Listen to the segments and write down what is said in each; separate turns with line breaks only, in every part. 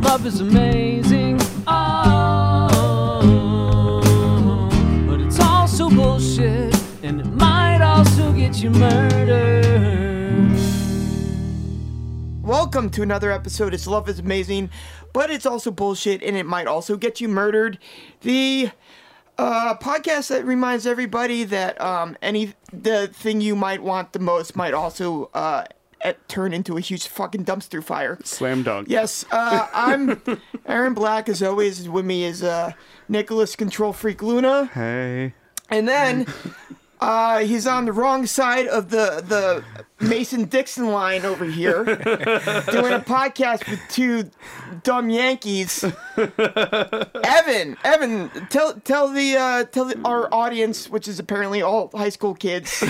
love is amazing. Oh, but it's also bullshit, and it might also get you murdered.
Welcome to another episode. It's Love is Amazing, but it's also bullshit and it might also get you murdered. The uh, podcast that reminds everybody that um, any the thing you might want the most might also uh, eh, turn into a huge fucking dumpster fire.
Slam dunk.
Yes, uh, I'm Aaron Black. As always, with me is uh, Nicholas Control Freak Luna.
Hey.
And then uh, he's on the wrong side of the the Mason Dixon line over here, doing a podcast with two dumb Yankees. Evan, Evan, tell tell the uh, tell the, our audience, which is apparently all high school kids,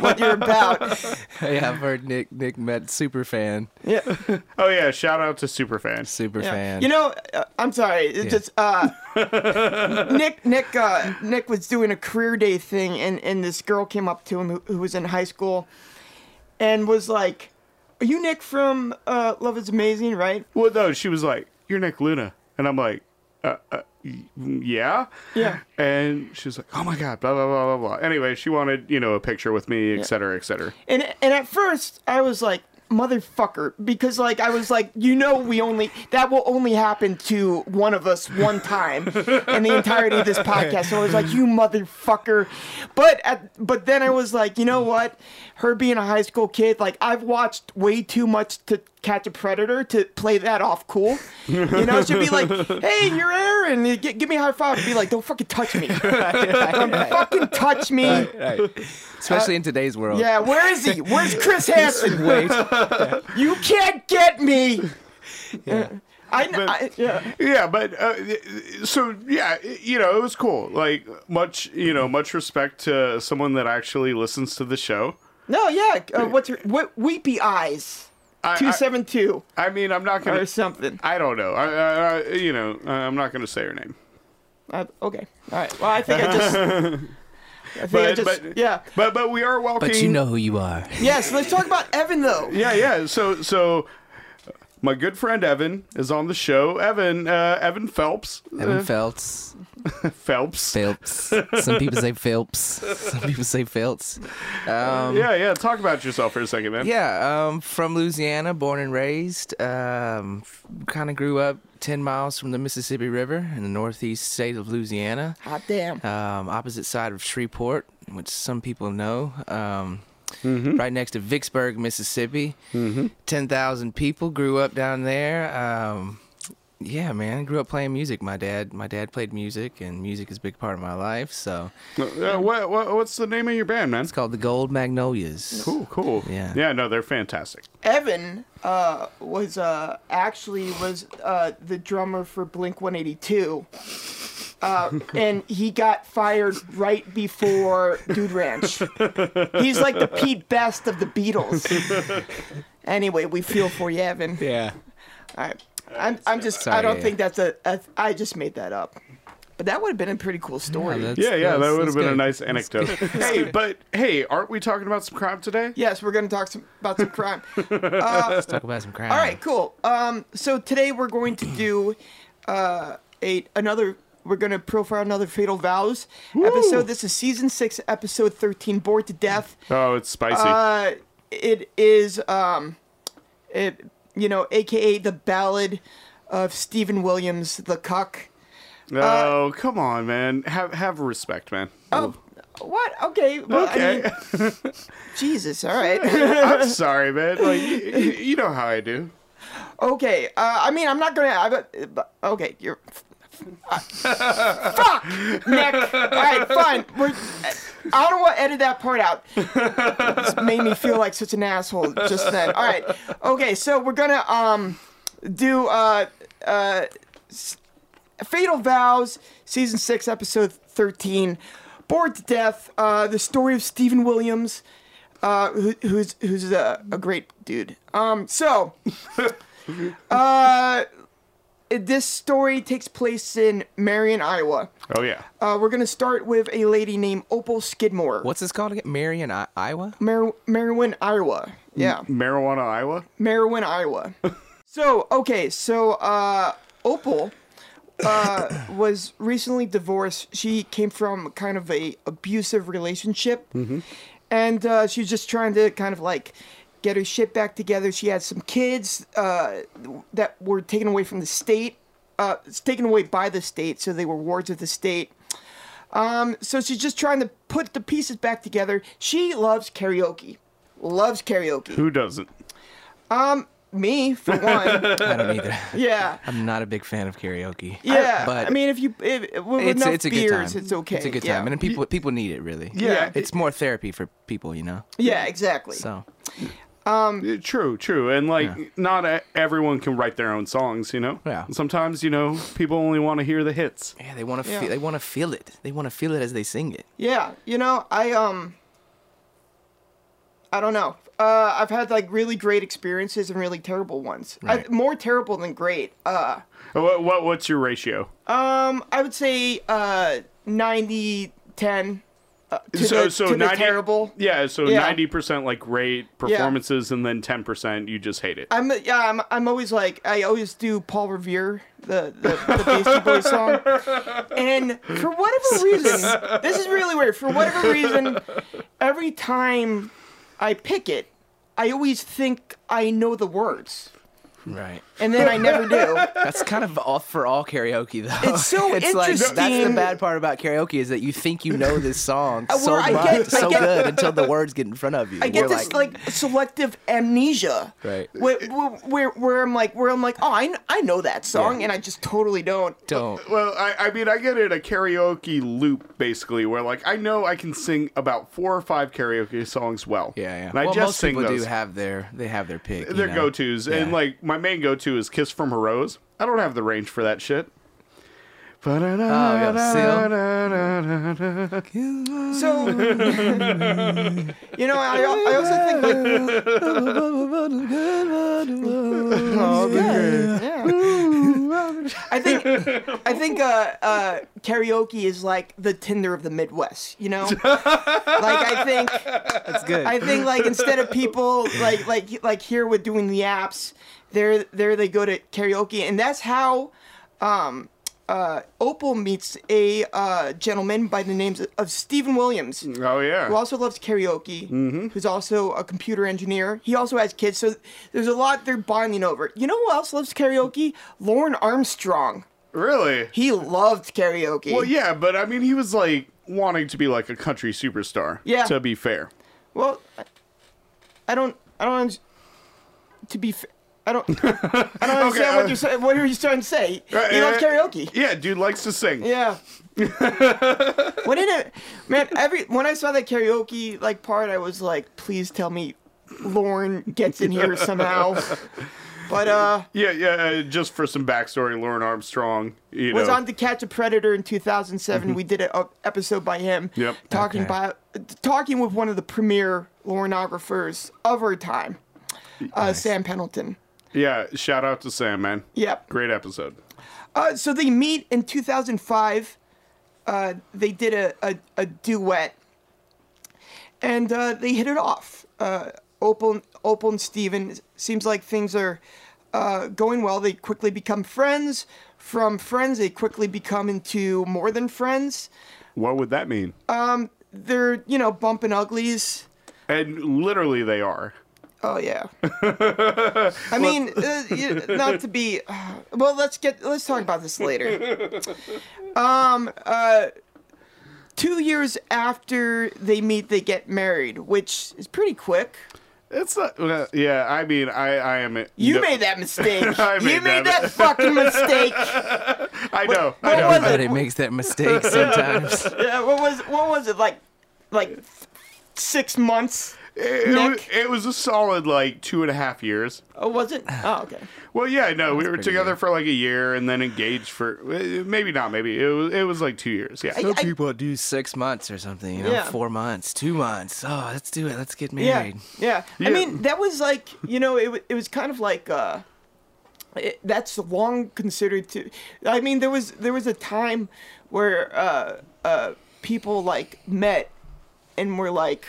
what you're about.
Hey, I've heard Nick Nick met Superfan.
Yeah.
Oh yeah, shout out to Superfan.
Superfan.
You know, uh, I'm sorry. It just uh, Nick Nick uh, Nick was doing a career day thing, and and this girl came up to him who, who was in high school, and was like, "Are you Nick from uh, Love Is Amazing, right?"
Well, no, she was like, "You're Nick Luna," and I'm like, uh, uh, y- "Yeah."
Yeah.
And she was like, "Oh my god, blah blah blah blah blah." Anyway, she wanted you know a picture with me, et cetera, et cetera.
And and at first I was like, motherfucker, because like I was like, you know, we only that will only happen to one of us one time in the entirety of this podcast. So I was like, you motherfucker. But at but then I was like, you know what? Her being a high school kid, like I've watched way too much to catch a predator to play that off cool. You know, she'd be like, hey, you're Aaron. G- give me a high five. I'd be like, don't fucking touch me. Don't fucking touch me.
Right. Especially in today's world.
Yeah, where is he? Where's Chris Hansen?
Wait.
You can't get me. I, I yeah.
Yeah, but uh, so yeah, you know, it was cool. Like much, you know, much respect to someone that actually listens to the show.
No, yeah. Uh, what's her? What weepy eyes?
I-
Two seven two
I mean, I'm not gonna.
or something.
I don't know. I, I, I you know, I'm not gonna say her name.
Uh, okay. All right. Well, I think I just. I think I
But,
just.
but
yeah.
but but we are welcoming.
But you know who you are.
Yes. Let's talk about Evan though.
Yeah, yeah. So, so my good friend Evan is on the show. Evan, uh, Evan Phelps. Uh,
Evan Phelps.
Phelps.
Phelps. Some people say Phelps. Some people say Phelps. Um,
Yeah, yeah. Talk about yourself for a second, man.
Yeah, um, from Louisiana, born and raised. Um, kind of grew up 10 miles from the Mississippi River in the northeast state of Louisiana,
Hot damn.
um, opposite side of Shreveport, which some people know. Um,
Mm-hmm.
Right next to Vicksburg, Mississippi. 10,000 people grew up down there. Um, yeah, man, grew up playing music. My dad, my dad played music, and music is a big part of my life. So
Uh, what, what, what's the name of your band, man?
it's called the Gold Magnolias.
Cool, cool.
Yeah.
Yeah. No, they're fantastic.
Evan uh, was uh, actually was uh, the drummer for Blink 182, uh, and he got fired right before Dude Ranch. He's like the Pete Best of the Beatles. Anyway, we feel for you, Evan.
Yeah.
All right. I'm, I'm just I
Sorry,
don't
yeah.
think that's a, a I just made that up, but that would have been a pretty cool story.
Oh, that's-
Yeah, yeah.
that's-
That would
that's
have been a
good.
nice anecdote. hey, but hey, aren't we talking about some crime today?
yes, we're gonna talk some, about some crime.
Talk about some crime.
All right, cool. Um, so today we're going to do uh, a another. We're going to profile another Fatal Vows episode. This is season six, episode thirteen, bored to death.
Oh, it's spicy.
Uh, it is, um, it, you know, aka the ballad of Stephen Williams, the cuck.
uh,
oh, come on, man. Have have respect, man.
Oh, what? Okay. Well, I
okay.
mean, Jesus. All right.
I'm sorry, man. Like, you, you know how I do.
okay. Uh, I mean, I'm not gonna. I, but- but, okay, you're. fuck, Nick. All right, fine. We're, uh, I don't want to edit that part out. This made me feel like such an asshole just then. All right. Okay, so we're gonna um do uh uh s- Fatal Vows season six episode thirteen, bored to death. Uh, the story of Stephen Williams, uh, who, who's who's a, a great dude. Um, so. Uh, this story takes place in Marion, Iowa.
Oh yeah.
Uh, we're gonna start with a lady named Opal Skidmore.
What's this called again? Marion, I- Iowa?
Mar- Merwin, Iowa. Yeah,
Marijuana, Iowa.
Merwin, Iowa. So okay, so uh, Opal uh, was recently divorced. She came from kind of a abusive relationship, and uh, she's just trying to kind of like get her shit back together. She had some kids uh, that were taken away from the state, uh, it's taken away by the state, so they were wards of the state. Um, so she's just trying to put the pieces back together. She loves karaoke, loves karaoke.
Who doesn't?
Me for one,
I don't either.
yeah.
I'm not a big fan of karaoke.
Yeah,
but
I mean, if you if, if- with
it's
enough
it's a good
beers,
time.
it's okay.
It's a good
yeah.
time, and people people need it really.
Yeah.
it's more therapy for people, you know.
yeah, exactly.
So
Yeah, True, true. And like not a, everyone can write their own songs, you know?
Yeah.
Sometimes, you know, people only want to hear the hits.
yeah, they want to
Yeah.
feel they want to feel it. They want to feel it as they sing it.
Yeah, you know, I um, I don't know. Uh, I've had like really great experiences and really terrible ones. I,
Right.
more terrible than great. Uh,
What, what what's your ratio?
um, I would say uh 90 10 uh, to the, to the terrible.
Yeah, so
Yeah.
90% like great performances and then 10% you just hate it.
I'm yeah, I'm I'm always like I always do Paul Revere, the the, the Beastie Boys song. And for whatever reason, this is really weird. For whatever reason, every time I pick it, I always think I know the words.
Right.
And then I never do.
That's kind of off for all karaoke though.
It's so
Like, that's the
interesting.
bad part about karaoke is that you think you know this song
Uh,
so
well, I
much,
get- I
so
get-
good until the words get in front of you.
I get
You're
this like, selective amnesia.
Right.
Where, where, where I'm like where I'm like, "Oh, I, kn- I know that song," and I just totally don't.
don't.
Well, I, I mean, I get it a karaoke loop basically, where like I know I can sing about four or five karaoke songs well.
Yeah, yeah.
And I
well,
just
most
sing
people
those.
do have their they have their pick. you
their
know?
go-to's, and
Yeah.
like my main go-to is "Kiss from a Rose." I don't have the range for that shit. Oh,
So You know, I, I also think like I think I think uh, uh, karaoke is like the Tinder of the Midwest. You know, like I think
That's good.
I think like instead of people like like like here with doing the apps, there there they go to karaoke, and that's how. Um, uh, Opal meets a uh, gentleman by the name of Stephen Williams
Oh, yeah.
who also loves karaoke,
Mm-hmm.
who's also a computer engineer. He also has kids, so there's a lot they're bonding over. You know who else loves karaoke? Lauren Armstrong.
really?
He loved karaoke.
Well, yeah, but I mean, he was like wanting to be like a country superstar.
Yeah.
To be fair.
Well, I- I don't, I don't, under- to be fair. I don't. I don't understand
uh,
what you're saying. What are you trying to say?
Right,
he loves
uh,
karaoke.
Yeah, dude likes to sing.
Yeah. what did it, man? Every when I saw that karaoke like part, I was like, please tell me, Lauren gets in here somehow. But uh,
Yeah, yeah. uh, just for some backstory, Lauren Armstrong, you
was
know, Mm-hmm.
on to catch a predator in 2007. we did an uh, episode by him.
Yep.
Talking
Okay.
by talking with one of the premier Laureanographers of our time, uh, Sam Pendleton.
yeah. Shout out to Sam, man.
Yep.
Great episode.
Uh, so they meet in 2005. Uh, they did a, a, a duet, and uh, they hit it off. Uh, Opal, Opal and Steven, seems like things are uh, going well. They quickly become friends. From friends, they quickly become into more than friends.
What would that mean?
Uh, They're, you know, bumping uglies.
and literally, they are.
Oh yeah. I mean, uh, you- not to be. uh, well, let's get let's talk about this later. Um, uh, two years after they meet, they get married, which is pretty quick.
It's not. well, Yeah, I mean, I, I am.
You made that mistake.
I made
you made
that-
that fucking mistake.
I know.
what
I know.
was
Everybody makes that mistake sometimes.
Yeah, Uh, what was what was it like? Like six months?
It, wa-
Nick?
it was a solid like two and a half years.
Oh, was it? Oh, okay.
Well, yeah, no, we were
pretty
together
good.
for like a year and then engaged for eh, maybe not, maybe it was it was like two years. Yeah,
I- I-
people do six months or something, you know,
Yeah.
four months, two months. Oh, let's do it. Let's get
Yeah,
married.
yeah.
Yeah.
I mean, that was like you know, it wa- it was kind of like uh, it, that's long considered to. I mean, there was there was a time where uh, uh, people like met and were like,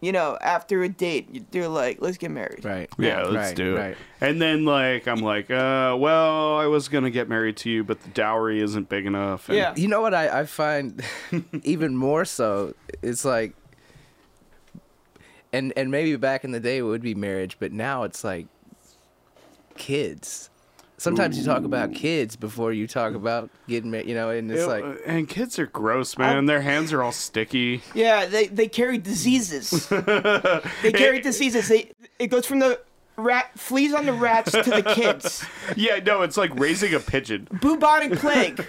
you know, after a date, they're like, let's get married.
Right.
Yeah, let's
Right,
do it.
right.
And then like I'm like, uh, well, I was gonna get married to you, but the dowry isn't big enough. And
Yeah.
You know what I, I find even more so? It's like, and and maybe back in the day it would be marriage, but now it's like kids. Sometimes you talk about kids before you talk about getting married, you know, and it's
Ew,
like,
and kids are gross, man. Their hands are all sticky.
Yeah, they, they carry diseases. they carry diseases. They, it goes from the rat fleas on the rats to the kids.
Yeah, no, it's like raising a pigeon.
Bubonic plague.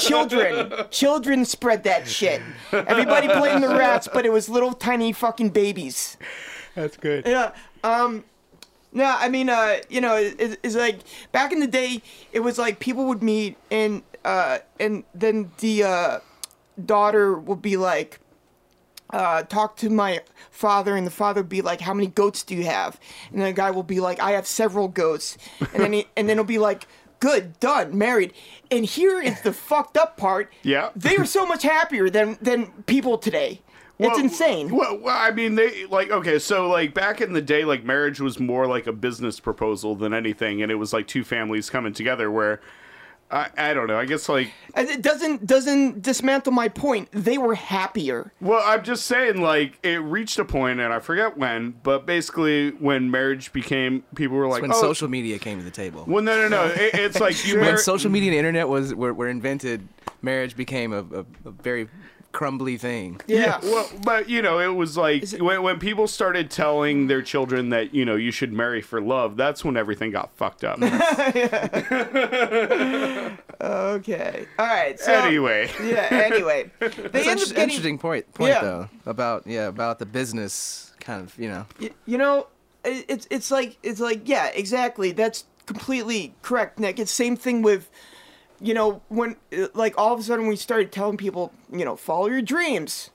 Children. Children spread that shit. Everybody blamed the rats, but it was little tiny fucking babies.
that's good.
Yeah. Um. No, I mean, uh, you know, it, it- it's like back in the day, it was like people would meet and uh, and then the uh, daughter would be like, uh, talk to my father, and the father would be like, how many goats do you have? And the guy will be like, I have several goats, and then he, and then it'll be like. Good, done, married. And here is the fucked up part.
Yeah.
They are so much happier than than people today. it's
Well,
insane.
Well, well, I mean, they like okay, so like back in the day, like marriage was more like a business proposal than anything, and it was like two families coming together. Where I, I don't know. I guess like
And it doesn't doesn't dismantle my point. They were happier.
Well, I'm just saying, like, it reached a point, and I forget when, but basically, when marriage became, people were like,
When
oh,
social media came to the table.
Well, no, no, no. It, it's like you
when
mar-
social media and internet was were, were invented, marriage became a, a, a very crumbly thing.
Yeah.
Well, but you know, it was like when, when people started telling their children that you know you should marry for love. That's when everything got fucked up.
Okay. All right. So,
anyway,
Yeah. Anyway, they end
That's
up
an
getting.
interesting point, point
Yeah.
though about yeah about the business kind of you know
y- You know, it- it's it's like it's like yeah, exactly. That's completely correct, Nick. It's same thing with, you know, when uh, like all of a sudden we started telling people, you know, follow your dreams.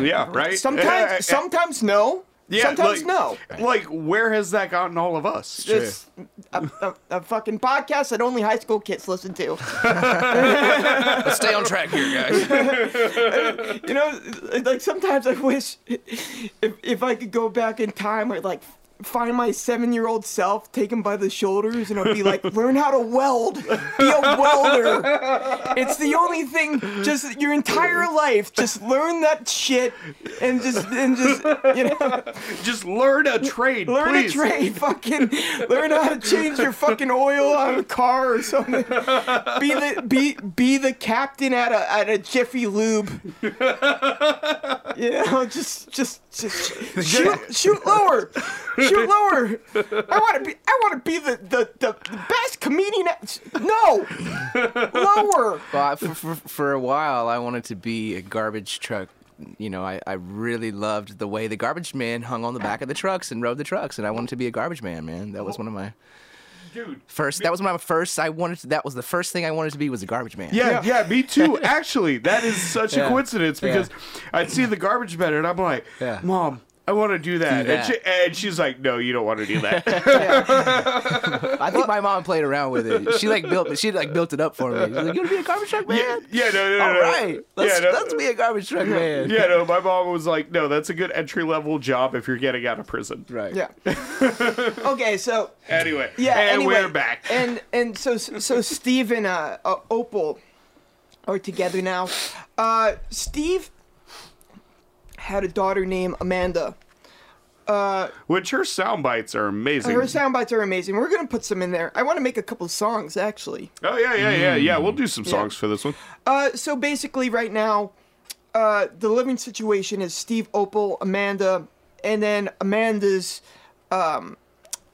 yeah, right.
Sometimes, sometimes no.
Yeah,
sometimes
like-
no.
Like, where has that gotten all of us?
It's a, a, a fucking podcast that only high school kids listen to.
Let's stay on track here, guys.
You know, like sometimes I wish if if I could go back in time or like find my seven year old self, take him by the shoulders, and I'd be like, learn how to weld, be a welder. It's the only thing. Just your entire life, just learn that shit, and just and just you know,
Just learn a trade,
learn
please.
a trade, fucking learn how to change your fucking oil on a car or something. Be the be be the captain at a at a Jiffy Lube. You know, just just just shoot shoot lower, shoot lower. I want to be I want to be the, the the the best comedian. At, no, lower.
Well, I- for, for, for a while, I wanted to be a garbage truck. You know, I, I really loved the way the garbage man hung on the back of the trucks and rode the trucks, and I wanted to be a garbage man. Man, that was one of my
Dude.
first. That was my first. I wanted. To, that was the first thing I wanted to be was a garbage man.
Yeah, yeah, me too. Actually, that is such a
Yeah.
coincidence
Yeah.
because I'd see the garbage bin and I'm like,
Yeah.
Mom, I want to do that.
Do
And, she, and she's like, No, you don't want to do that.
I think my mom played around with it. She like built. She like built it up for me. She's like, "You want to be a garbage truck man?
yeah, yeah, no, no, no.
All
no.
right, let's
yeah, no,
let's be a garbage truck man."
yeah, no, my mom was like, No, that's a good entry level job if you're getting out of prison.
Right.
Yeah. Okay, so
Anyway,
Yeah,
and
anyway,
we're back.
And and so so Steve and uh, uh, Opal are together now. Uh, Steve had a daughter named Amanda.
Which her sound bites are amazing.
Her sound bites are amazing. We're gonna put some in there. I want to make a couple songs actually.
oh, yeah, yeah, yeah, yeah.
Mm.
We'll do some songs for this one.
Uh, so basically, right now, uh, the living situation is Steve, Opal, Amanda, and then Amanda's,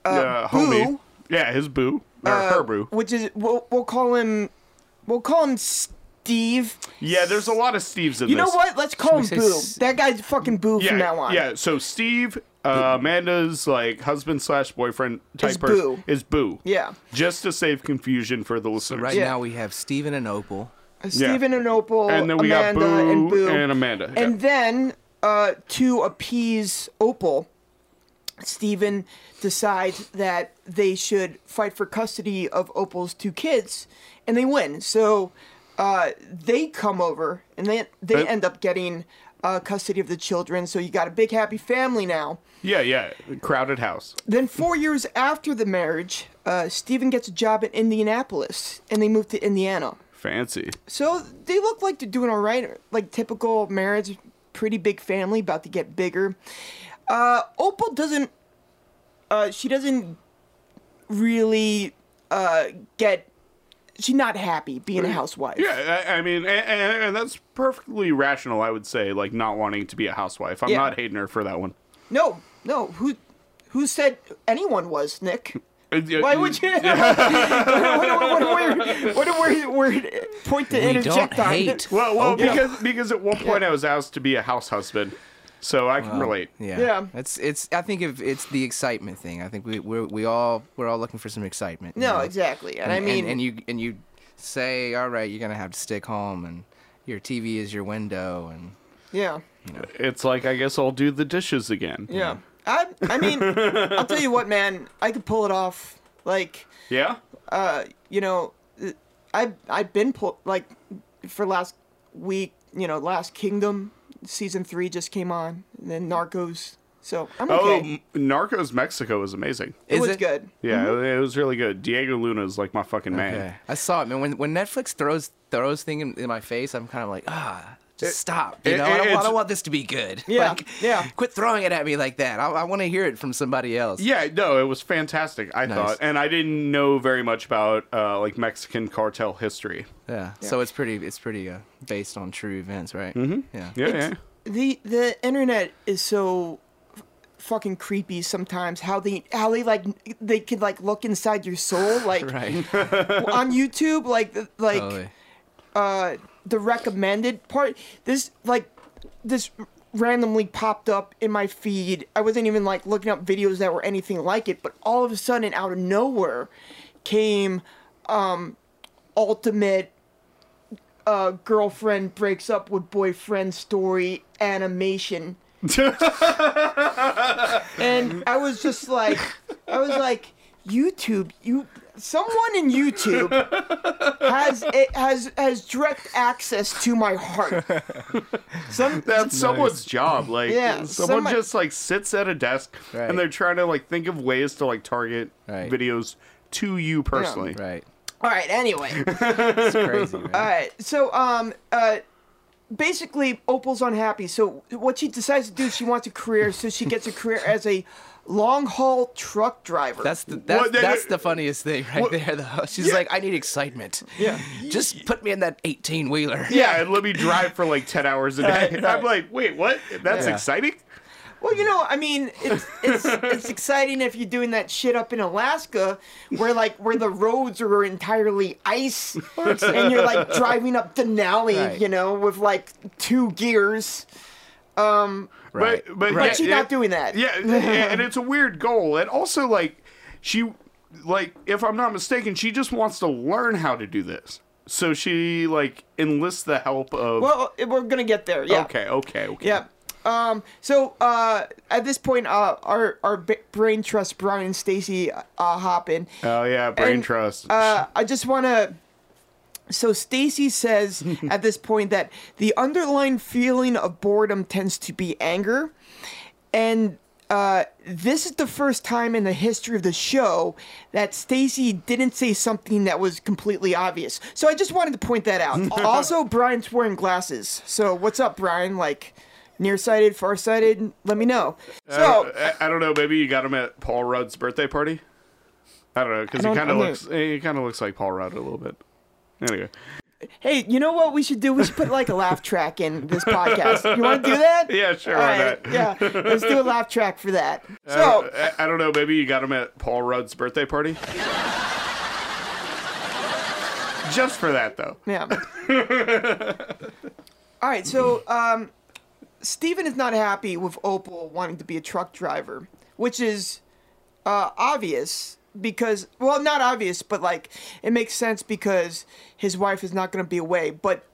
yeah, homie.
Uh, Boo. Uh,
Yeah, his boo. Or her boo.
which is we'll, we'll call him, we'll call him Steve.
Yeah, there's a lot of Steves in
You
this.
know what? Let's call him
Should we
Boo.
say s-
That guy's fucking Boo
yeah,
from now on.
Yeah, so Steve, uh, Amanda's like husband slash boyfriend type
Is
person
Boo.
is Boo.
Yeah.
Just to save confusion for the listeners.
Right
Yeah.
now we have Steven and Opal.
Uh, Stephen and Opal,
And then we
Amanda
got Boo
and Boo,
and Amanda. Yeah.
And then uh, to appease Opal, Stephen decides that they should fight for custody of Opal's two kids, and they win. So uh, they come over, and they they
Uh,
end up getting uh, custody of the children, so you got a big happy family now.
Yeah, yeah. Crowded house.
Then, four years after the marriage, uh, Stephen gets a job in Indianapolis, and they move to Indiana.
Fancy.
So they look like they're doing all right, like typical marriage, pretty big family, about to get bigger. Uh, Opal doesn't. Uh, she doesn't really uh, get. She's not happy being a housewife.
Yeah, I, I mean, and, and that's perfectly rational, I would say, like not wanting to be a housewife. I'm
Yeah.
not hating her for that one.
No, no. Who, who said anyone was Nick?
Uh, yeah,
Why would you? what, a- what, a weird- what a weird- weird point to
We don't
interject on.
hate.
Well, well,
yeah.
because because at one point I was asked to be a house husband, so I can relate.
Yeah.
Yeah.
It's it's. I think if it's the excitement thing. I think we we're, we all we're all looking for some excitement. you
No,
know?
exactly. And, I
and-
mean,
and, you and you say, all right, you're gonna have to stick home, and your TV is your window, and
yeah.
It's like I guess I'll do the dishes again.
Yeah. I I mean, I'll tell you what, man, I could pull it off. Like,
Yeah.
uh, you know, I I've been pull, like for last week, you know, last Kingdom season 3 just came on, and then Narcos. So, I'm
Oh,
okay.
M- Narcos Mexico is amazing.
it Mm-hmm.
Is
was
it?
good.
Yeah, it was really good. Diego Luna is like my fucking man.
Okay. I saw it, man. When when Netflix throws throws thing in, in my face, I'm kind of like, ah, just stop. You
it-
know, I, don't, I
it's-
don't want this to be good.
Yeah,
Like,
yeah.
Quit throwing it at me like that. I, I want to hear it from somebody else.
Yeah, no, it was fantastic. I
Nice.
thought, and I didn't know very much about uh, like Mexican cartel history.
Yeah. So it's pretty it's pretty uh, based on true events, right? Mm-hmm. Yeah.
Yeah, yeah.
It's- the the internet is so f- fucking creepy sometimes how they how they like they could like look inside your soul like
Right.
on youtube like th- like
Totally.
uh the recommended part this like this randomly popped up in my feed i wasn't even like looking up videos that were anything like it but all of a sudden out of nowhere came um ultimate uh girlfriend breaks up with boyfriend story animation and I was just like, I was like, YouTube, you, someone in YouTube has it has has direct access to my heart. Some
That's someone's job. Like,
Yeah,
someone
somebody-
just like sits at a desk
Right.
and they're trying to like think of ways to like target
Right.
videos to you personally.
Right.
all right. Anyway,
It's crazy. man.
all right. So um uh. Basically, Opal's unhappy. So what she decides to do, she wants a career. So she gets a career as a long haul truck driver.
That's the that's,
Well, they-
that's the funniest thing right
Well,
there though. She's like, I need excitement.
Yeah.
Just put me in that eighteen wheeler.
Yeah, and let me drive for like ten hours a day. I'm like, wait, what? That's
Yeah.
exciting.
Well, you know, I mean, it's it's it's exciting if you're doing that shit up in Alaska, where like where the roads are entirely ice, and you're like driving up Denali,
Right.
you know, with like two gears.
Right.
But but,
But
yeah,
she's
yeah,
not doing that.
Yeah, yeah, and it's a weird goal. And also like she like if I'm not mistaken, she just wants to learn how to do this. So she like enlists the help of
Well, we're gonna get there. Yeah.
Okay, okay, okay.
Yeah. Um, so uh, at this point, uh, our our b- brain trust Brian and Stacy uh, hop in.
Oh yeah, brain
And,
trust.
uh, I just want to. So Stacy says at this point that the underlying feeling of boredom tends to be anger, and uh, this is the first time in the history of the show that Stacy didn't say something that was completely obvious. So I just wanted to point that out. also, Brian's wearing glasses. So what's up, Brian? Like nearsighted, farsighted? Let me know.
Uh,
So.
I, I don't know. Maybe you got him at Paul Rudd's birthday party. I don't know because
I
he
don't-
kind of
I'm not-
looks. He kind of looks like Paul Rudd a little bit. Anyway,
Hey, you know what we should do? We should put like a laugh track in this podcast. You want to do that?
Yeah, sure,
All
why
right,
not? Uh,
Yeah, let's do a laugh track for that.
I
So,
don't- I, I don't know. Maybe you got him at Paul Rudd's birthday party. Just for that though.
yeah. All right, so um, Steven is not happy with Opal wanting to be a truck driver, which is uh, obvious because, well, not obvious, but like it makes sense because his wife is not going to be away. But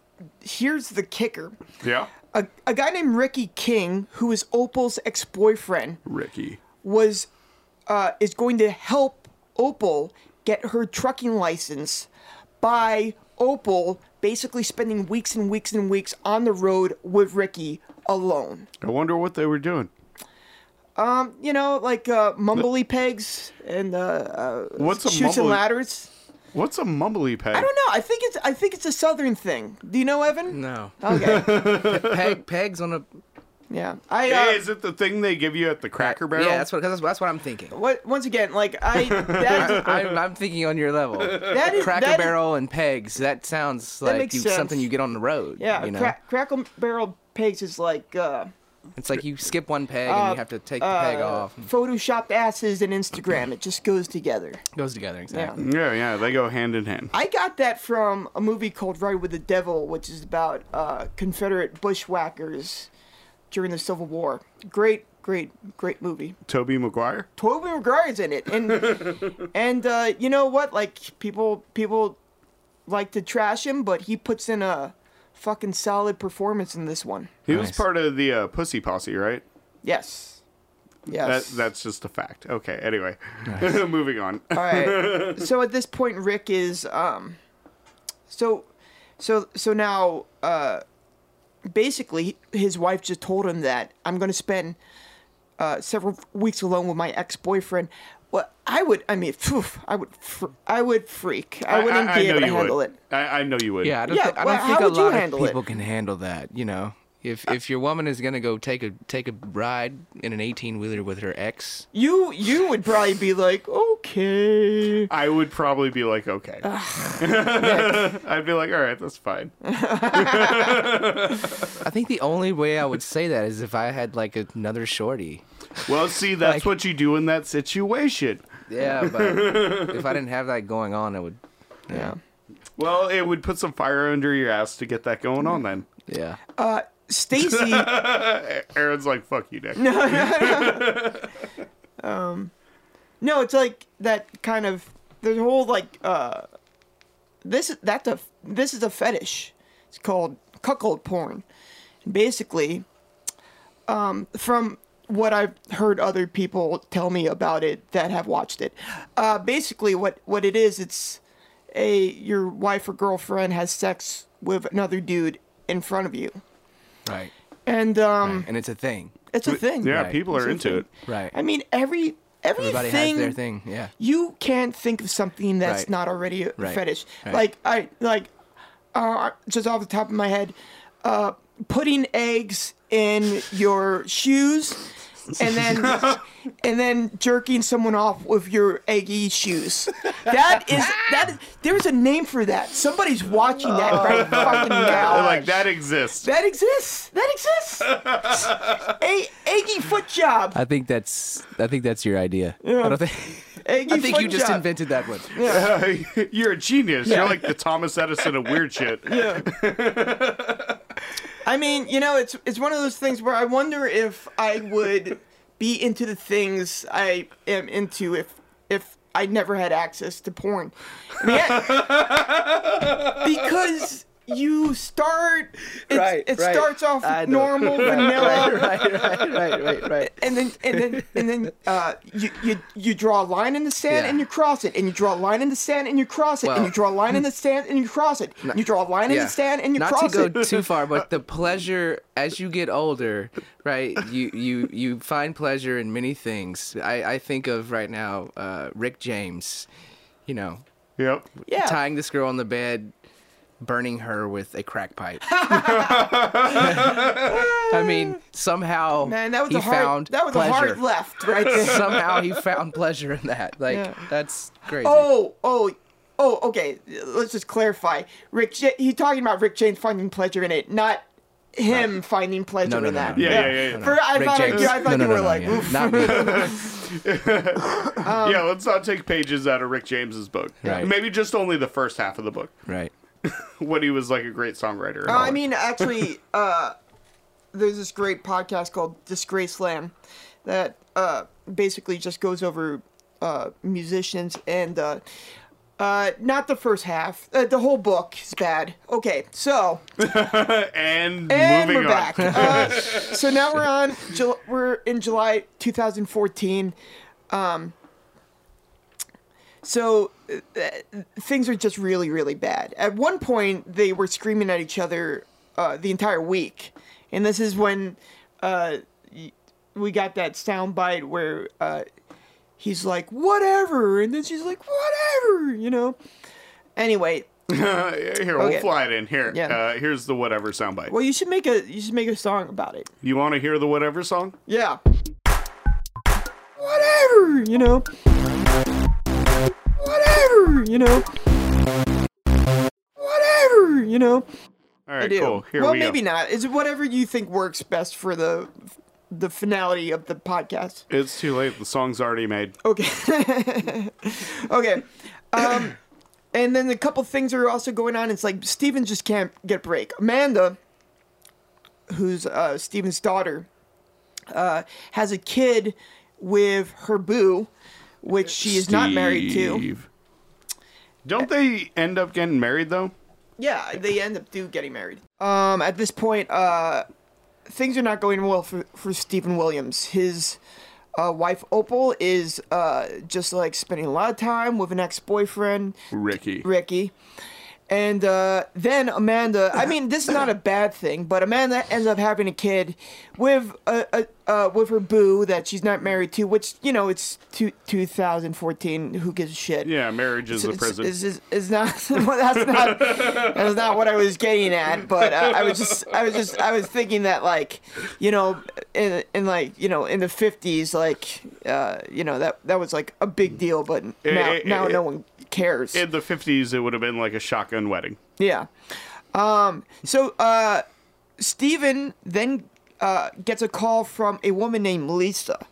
here's the kicker.
Yeah,
A, a guy named Ricky King, who is Opal's ex-boyfriend,
Ricky.
was uh, is going to help Opal get her trucking license by Opal basically spending weeks and weeks and weeks on the road with Ricky alone.
I wonder what they were doing.
Um, you know, like uh, mumbly pegs and uh, uh,
What's a
shoots and
mumbly-
ladders.
What's a mumbly peg?
I don't know. I think it's I think it's a southern thing. Do you know Evan?
No.
Okay.
Peg, pegs on a.
yeah. I
Hey,
uh,
is it the thing they give you at the Cracker Barrel?
Yeah, that's what, 'cause that's, that's what I'm thinking.
what once again, like I that,
I, I'm thinking on your level.
that is
Cracker
that is-
Barrel and pegs. That sounds like
makes
you,
sense.
something you get on the road.
yeah,
you know,
cra- crackle barrel pegs is like uh,
it's like you skip one peg and
Uh,
you have to take the peg
uh,
off. It
photoshopped asses and Instagram. It just goes together.
goes together
Yeah.
exactly.
Yeah, yeah, they go hand in hand.
I got that from a movie called Ride with the Devil, which is about uh, Confederate bushwhackers during the Civil War. Great, great, great movie.
Toby Maguire?
Toby McGuire's in it, and and uh, you know what? Like people, people like to trash him, but he puts in a fucking solid performance in this one.
He was
Nice.
part of the uh, Pussy Posse, right?
Yes, yes.
That that's just a fact. Okay, anyway. Moving on.
All right. so at this point, Rick is um, so, so so now uh, basically his wife just told him that I'm going to spend uh, several weeks alone with my ex-boyfriend. Well, I would. I mean, phew, I would. Fr- I would freak. I wouldn't be able
know
to
you
handle
would.
it.
I, I know you would.
Yeah, I don't,
Yeah,
think, I
well,
don't
how
think a
would you
lot of
handle it?
people can handle that. You know, if if your woman is gonna go take a take a ride in an 18 wheeler with her ex,
You you would probably be like, okay.
I would probably be like, okay. I'd be like, all right, that's fine.
I think the only way I would say that is if I had like another shorty.
Well, see, that's
Like-
what you do in that situation.
Yeah, but if I didn't have that going on, I would.
Yeah.
Well, it would put some fire under your ass to get that going on then.
Yeah.
Uh, Stacy.
Aaron's like, fuck you, Nick.
No, it's like that kind of there's a whole like uh this that's a this is a fetish. It's called cuckold porn. Basically, um, from what I've heard other people tell me about it that have watched it, uh, basically what what it is, it's a your wife or girlfriend has sex with another dude in front of you,
Right.
and um,
And it's a thing.
it's a thing.
Yeah,
Right.
people are into it.
Right.
I mean, every everything
Everybody has their thing. Yeah.
you can't think of something that's
Right.
not already a
Right.
fetish.
Right.
Like I like uh, just off the top of my head, uh, putting eggs in your shoes, and then and then jerking someone off with your eggy shoes. That is that is there's a name for that. Somebody's watching that
Oh.
right fucking now.
Like, that exists.
that exists. That exists. a eggy foot job.
I think that's I think that's your idea. I don't think
Eggy
I think
foot
you just
job.
invented that one.
You're a genius. You're like the Thomas Edison of weird shit.
I mean, you know, it's it's one of those things where I wonder if I would be into the things I am into if if I never had access to porn. I mean, I- because you start it's,
Right,
it
right.
starts off
I know.
normal vanilla
right, right, right, right, right.
and then and then and then uh, you, you you draw a line in the sand
Yeah.
and you cross it and you draw a line in the sand and you cross it and
Well-
you draw a line in the sand and you cross it and you draw a line in the sand and you
Not
cross
to
it
go too far, but the pleasure as you get older, right? You you you find pleasure in many things. I I think of right now uh, Rick James, you know,
Yep.
yeah
tying this girl on the bed, burning her with a crack pipe. I mean, somehow
Man, that was
he
a hard
found
that was
pleasure.
a hard left right there.
somehow he found pleasure in that. Like
Yeah.
that's crazy.
oh, oh, oh. Okay, let's just clarify. Rick, J- he's talking about Rick James finding pleasure in it, not him finding pleasure
no, no,
in
no,
that.
no,
Yeah, yeah, yeah. yeah.
For, I,
Rick
thought,
James.
yeah, I thought
no,
you
no, no,
were
no,
like,
yeah.
oof.
not me.
Um,
yeah, let's not take pages out of Rick James's book.
Right.
Maybe just only the first half of the book
right.
when he was like a great songwriter. and
Uh,
all
I
that.
mean, actually, uh, there's this great podcast called Disgrace Land that uh, basically just goes over uh, musicians and uh, uh, not the first half. Uh, the whole book is bad. Okay, so.
and,
And
moving
we're
on.
back. Uh, so now we're on. Ju- we're in July 2014. Um, so uh, uh, things are just really, really bad. At one point, they were screaming at each other uh, the entire week, and this is when uh, y- we got that sound bite where uh, he's like, "Whatever," and then she's like, "Whatever," you know. Anyway,
here, we'll
Okay.
fly it in. Here,
Yeah.
uh, here's the whatever soundbite.
well, you should make a you should make a song about it.
You want to hear the whatever song?
Yeah. Whatever, you know. Whatever, you know. Whatever, you know.
All
I
right,
do.
cool. Here
well,
we go.
maybe not. It's whatever you think works best for the the finality of the podcast.
It's too late. The song's already made.
Okay. okay. Um, and then a couple things are also going on. It's like Steven just can't get a break. Amanda, who's uh, Steven's daughter, uh, has a kid with her boo, which she is not married to.
Steve. Don't they end up getting married though?
Yeah, they end up do getting married. Um, at this point, uh, things are not going well for, for Stephen Williams. His uh, wife Opal is uh, just like spending a lot of time with an ex-boyfriend.
Ricky.
Ricky. And uh, then Amanda, I mean, this is not a bad thing, but Amanda ends up having a kid with a, a, uh, with her boo that she's not married to, which you know it's two, 2014. Who gives a shit?
yeah, marriage is a prison.
Is, is, is not well, that's not that's not what I was getting at. But uh, I was just I was just I was thinking that like you know in in like you know in the fifties like uh, you know that that was like a big deal, but now
eh,
now
eh,
no one cares.
In the fifties, it would have been like a shotgun wedding.
Yeah. Um, so uh, Steven then uh, gets a call from a woman named Lisa.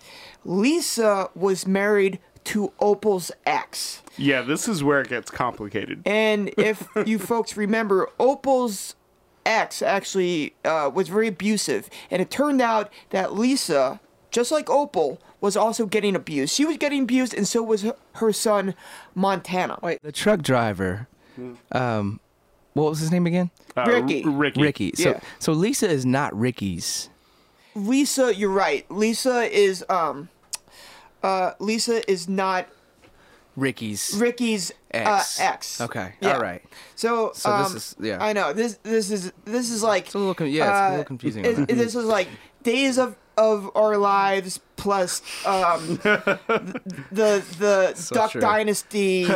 Lisa was married to Opal's ex.
Yeah, this is where it gets complicated.
And if you folks remember, Opal's ex actually uh, was very abusive. And it turned out that Lisa, just like Opal, was also getting abused. She was getting abused, and so was her- her son, Montana.
Wait, the truck driver.
Hmm.
Um, what was his name again?
Uh,
Ricky.
R- Ricky.
Ricky. So,
Yeah.
so Lisa is not Ricky's.
Lisa, you're right. Lisa is um uh Lisa is not
Ricky's
Ricky's
ex.
uh, ex.
Okay.
Yeah.
All right.
So,
So
um,
this is- yeah.
I know. This this is this is like uh,
It's a little con- yeah, it's a little confusing on
it-
that.
it- this is like days of of our lives plus um the the
So
Duck
true.
Dynasty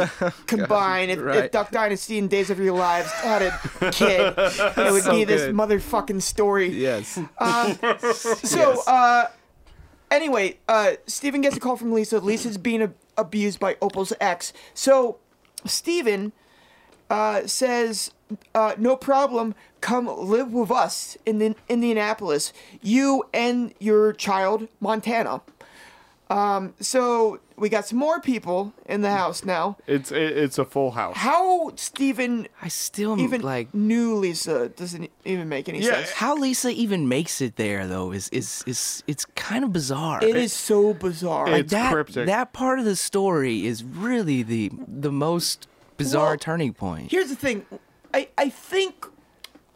combined. if, if
right.
Duck Dynasty and Days of Your Lives had a kid, it would
So
be this
good.
motherfucking story.
Yes.
So, uh, anyway, uh, Steven gets a call from Lisa. Lisa's being ab- abused by Opal's ex. So, Steven uh, says, uh, "No problem. Come live with us in in Indianapolis. You and your child, Montana." Um, so we got some more people in the house now.
It's it, it's a full house.
How Steven
I still am,
even
Hmm, like
knew Lisa doesn't even make any
Yeah,
sense.
how Lisa even makes it there though is is is it's kind of bizarre.
it is so bizarre.
It-
Like,
it's
that
cryptic.
that part of the story is really the the most bizarre
Well,
turning point.
Here's the thing. I, I think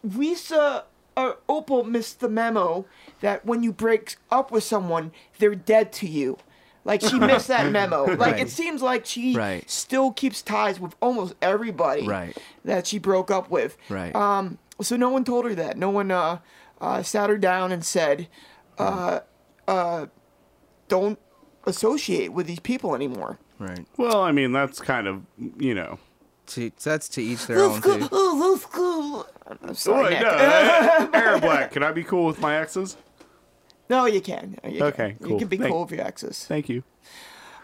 Lisa or Opal missed the memo that when you break up with someone, they're dead to you. Like she missed that memo. Like
Right.
it seems like she
Right.
still keeps ties with almost everybody
Right.
that she broke up with.
Right.
Um. So no one told her that. No one uh, uh sat her down and said, uh,
Mm.
uh, don't associate with these people anymore.
right.
Well, I mean, that's kind of you know.
To, that's to each their own.
Let's go.
Too.
Oh, let's go. I'm sorry,
Wait,
Nick.
no, eh, Arab Black. Can I be cool with my exes?
No, you can. You
Okay,
can. You
cool.
can be
Thank-
cool with your exes.
Thank you.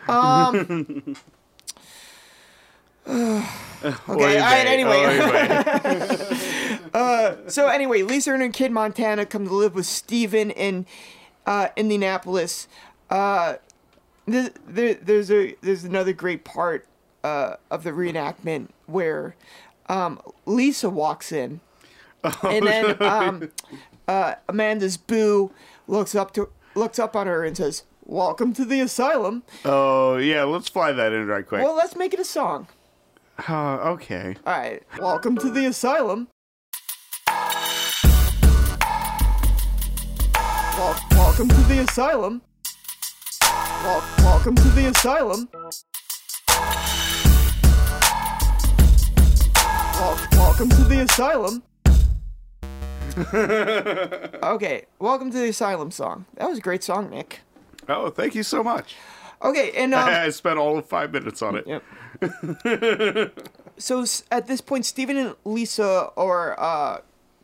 Okay. All right. Anyway.
anyway.
so anyway, Lisa and her kid Montana come to live with Steven in uh, Indianapolis. Uh, there, there, there's a there's another great part uh, of the reenactment where um, Lisa walks in,
Oh,
and then um, uh, Amanda's boo looks up to looks up on her and says, "Welcome to the asylum."
oh yeah, let's fly that in right quick.
Well, let's make it a song.
Uh, okay.
All right. Welcome to the asylum. Wel- welcome to the asylum. Wel- welcome to the asylum. Wel- welcome to the asylum. Okay, welcome to the asylum song. That was a great song, Nick.
Oh, thank you so much.
Okay, and um,
I spent all of five minutes on it.
yep. so s- at this point, Steven and Lisa are uh,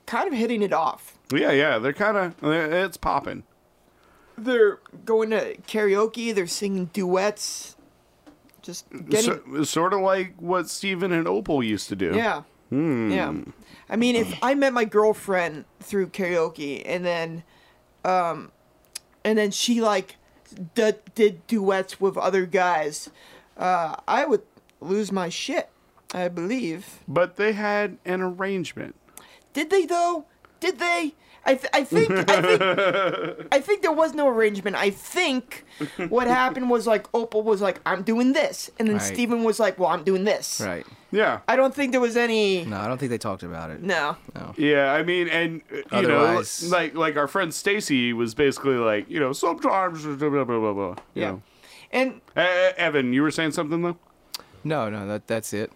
kind of hitting it off.
Yeah, yeah, they're kind of it's popping.
They're going to karaoke. They're singing duets. Just getting
So, sort of like what Steven and Opal used to do.
Yeah. Yeah. I mean, if I met my girlfriend through karaoke and then, um, and then she like d- did duets with other guys, uh, I would lose my shit. I believe.
But they had an arrangement.
Did they though? Did they? I, th- I think I think I think there was no arrangement. I think what happened was like Opal was like, "I'm doing this," and then
Right.
Steven was like, "Well, I'm doing this."
Right.
Yeah.
I don't think there was any.
No, I don't think they talked about it.
no.
No.
Yeah, I mean, and uh, you
Otherwise-
know, like like our friend Stacy was basically like, you know, sometimes blah blah blah blah. blah you
Yeah.
know.
And
Eh, eh, Evan, you were saying something though.
No, no, that that's it.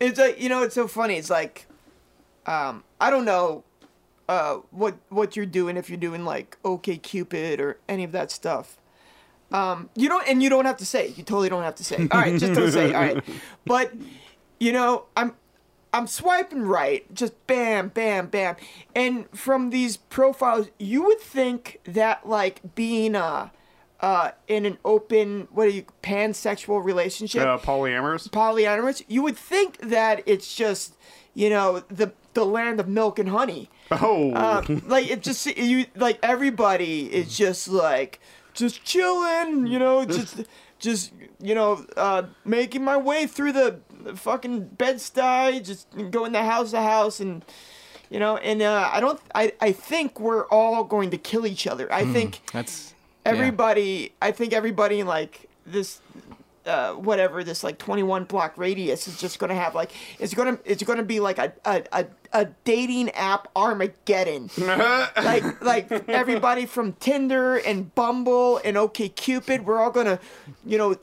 it's like you know it's so funny it's like um i don't know uh what what you're doing if you're doing like okay cupid or any of that stuff um you don't and you don't have to say you totally don't have to say all right just don't say all right but you know i'm i'm swiping right just bam bam bam and from these profiles you would think that like being uh uh in an open what are you pansexual relationship
Uh, polyamorous.
polyamorous, you would think that it's just, you know, the the land of milk and honey.
Oh,
Uh, like it just you like everybody is just like just chilling, you know, just just you know, uh, making my way through the fucking bedstuy, just going the house to house and. You know, and uh, I don't. I, I think we're all going to kill each other. I think
That's yeah.
everybody i think everybody in like this uh, whatever this like 21 block radius is just gonna have like it's gonna it's gonna be like a a, a, a dating app armageddon
Hmm.
like like everybody from tinder and bumble and okay cupid we're all gonna you know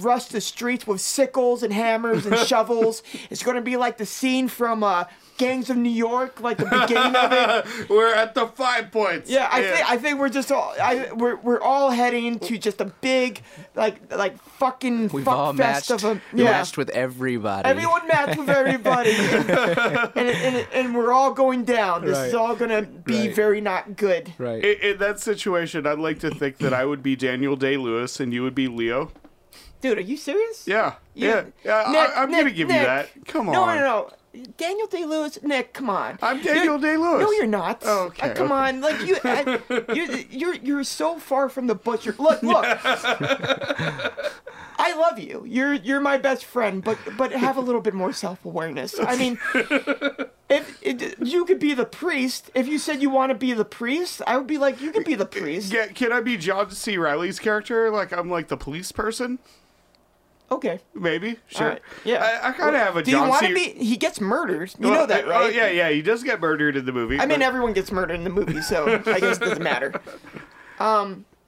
rush the streets with sickles and hammers and shovels it's gonna be like the scene from uh, gangs of new york like the beginning of it
we're at the five points.
yeah, I think I think we're just all I, we're we're all heading to just a big like like fucking
We've
fuck
all
fest
matched,
of a
we
yeah.
matched with everybody.
Everyone matched with everybody, and, and, and we're all going down. This is
Right.
all gonna be
Right.
very not good.
Right.
In, in that situation, I'd like to think that I would be Daniel Day Lewis and you would be Leo.
Dude, are you serious?
Yeah, yeah, yeah. I, am gonna give you that. Come on.
No, no, no. Daniel Day Lewis, Nick, come on.
I'm Daniel Day-Lewis.
No, you're not.
Oh, okay,
Uh, come
okay.
on, like you, I, you're, you're you're so far from the butcher. Look, look. I love you. You're you're my best friend, but but have a little bit more self awareness. I mean, if it, you could be the priest, if you said you want to be the priest, I would be like, you could be the priest.
Yeah, can I be John C. Riley's character? Like I'm like the police person,
Okay.
maybe.
All
Sure.
right. Yeah.
I, I kind of have a
Do
John
you want
C.
to be? He gets murdered. You
Well,
know that,
uh,
right?
Oh yeah, yeah. He does get murdered in the movie.
I mean,
but-
everyone gets murdered in the movie, so I guess it doesn't matter.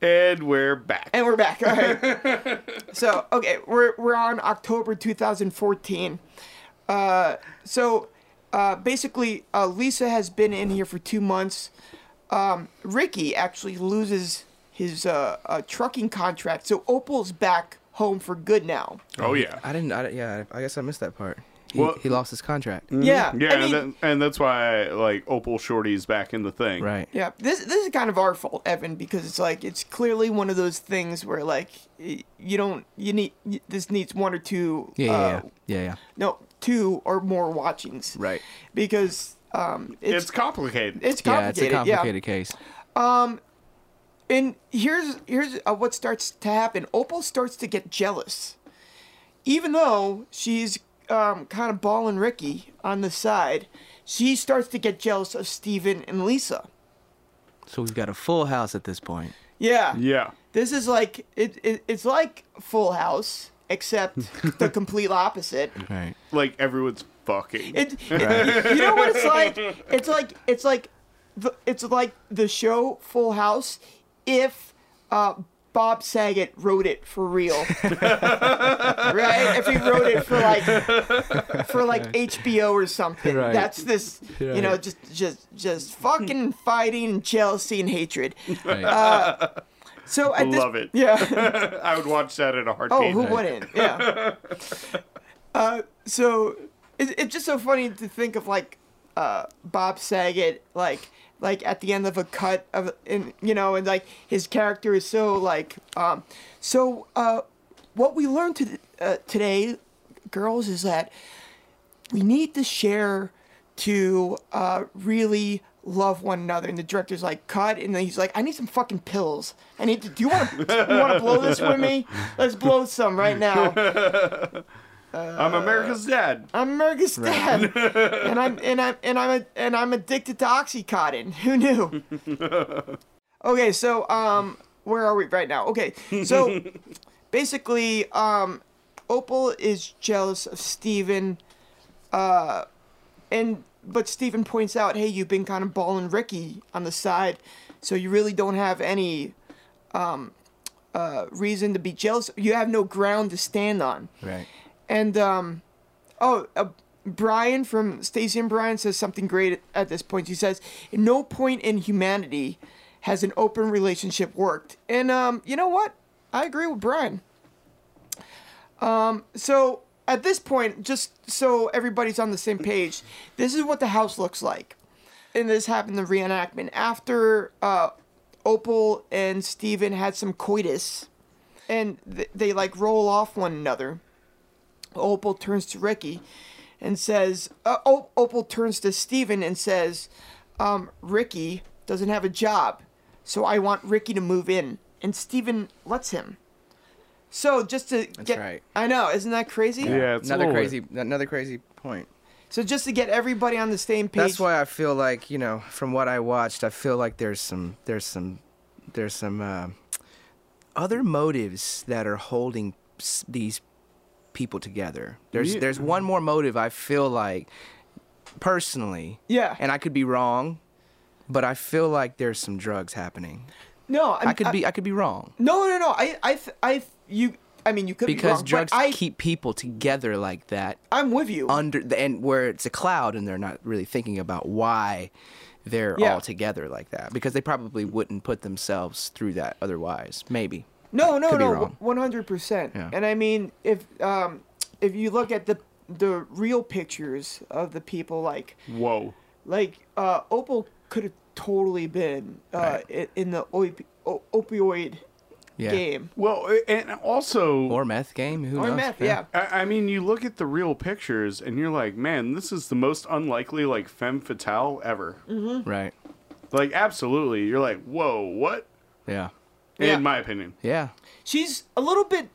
and we're back.
And we're back. All right. so okay, we're we're on October 2014. Uh, so uh, basically, uh, Lisa has been in here for two months. Um, Ricky actually loses his uh, uh, trucking contract, so Opal's back home for good now.
oh yeah.
I didn't. I, yeah, I guess I missed that part. He,
Well-
he lost his contract.
Yeah. I
Yeah,
mean,
and, that, and that's why like Opal Shorty's back in the thing.
Right.
Yeah, this this is kind of our fault, Evan, because it's like it's clearly one of those things where like y- you don't you need y- this needs one or two
Yeah,
uh,
yeah, yeah, yeah, yeah.
no two or more watchings
Right.
because um it's
It's,
it's,
complicated.
Yeah, it's a
complicated yeah,
complicated case.
and here's here's uh, what starts to happen Opal starts to get jealous even though she's um, kind of balling Ricky on the side she starts to get jealous of Steven and Lisa
So we've got a full house at this point.
yeah
yeah.
This is like it, it. It's like Full House, except the complete opposite.
Right.
Like everyone's fucking.
It, it- you know what it's like? It's like it's like the it's like the show Full House if uh, Bob Saget wrote it for real, right? If he wrote it for like for like HBO or something,
Right.
that's this, you know,
Right.
just just just fucking fighting and jealousy and hatred.
Right.
So I
Love it.
Yeah.
I would watch that in a heartbeat.
Oh, who wouldn't? Yeah. uh, so it, it's just so funny to think of like uh, Bob Saget, like like at the end of a cut of, and you know, and like his character is so like, um, so uh, what we learned to, uh, today, girls, is that we need to share to uh, really love one another. And the director's like, cut. And then he's like, I need some fucking pills. I need to. Do you want to want to blow this with me? Let's blow some right now.
I'm America's dad.
I'm America's dad, and I'm and I'm and I'm a, and I'm addicted to OxyContin. Who knew? Okay, so um, where are we right now? Okay, so basically, um, Opal is jealous of Steven, uh, and but Steven points out, hey, you've been kind of balling Ricky on the side, so you really don't have any, um, uh, reason to be jealous. You have no ground to stand on.
right.
And um, oh, uh, Brian from Stacey and Brian says something great at this point. He says, "At "No point in humanity has an open relationship worked." And um, you know what? I agree with Brian. Um, so at this point, just so everybody's on the same page, this is what the house looks like. And this happened in the reenactment after uh, Opal and Steven had some coitus, and th- they like roll off one another. Opal turns to Ricky and says, uh, Op- Opal turns to Steven and says, um, Ricky doesn't have a job, so I want Ricky to move in. And Steven lets him. So just to get,
right.
I know, isn't that crazy?
Yeah, it's a
another
little
crazy, another crazy point.
So just to get everybody on the same page.
That's why I feel like you know, from what I watched, I feel like there's some, there's some, there's some uh, other motives that are holding s- these people together. There's,
Yeah.
there's one more motive. I feel like, personally,
Yeah.
and I could be wrong, but I feel like there's some drugs happening.
no, I'm,
i could be, I could be wrong
No, no, no. I, I, th- I, you. I mean, you could be
because
wrong,
drugs
but I,
keep people together like that
I'm with you.
under the and where it's a cloud and they're not really thinking about why they're
Yeah.
all together like that because they probably wouldn't put themselves through that otherwise maybe
No, no,
Could be
no,
wrong.
one hundred percent.
Yeah.
And I mean, if um, if you look at the the real pictures of the people, like
Whoa.
like uh, Opal could have totally been uh, i- in the opi- o- opioid
yeah
game
Well, a- and also,
or meth game who
or
knows
meth. Yeah.
I, I mean, you look at the real pictures and you're like, man, this is the most unlikely like femme fatale ever.
Mm-hmm.
right
Like, absolutely. You're like, whoa, what?
yeah
Yeah.
In my opinion.
yeah
she's a little bit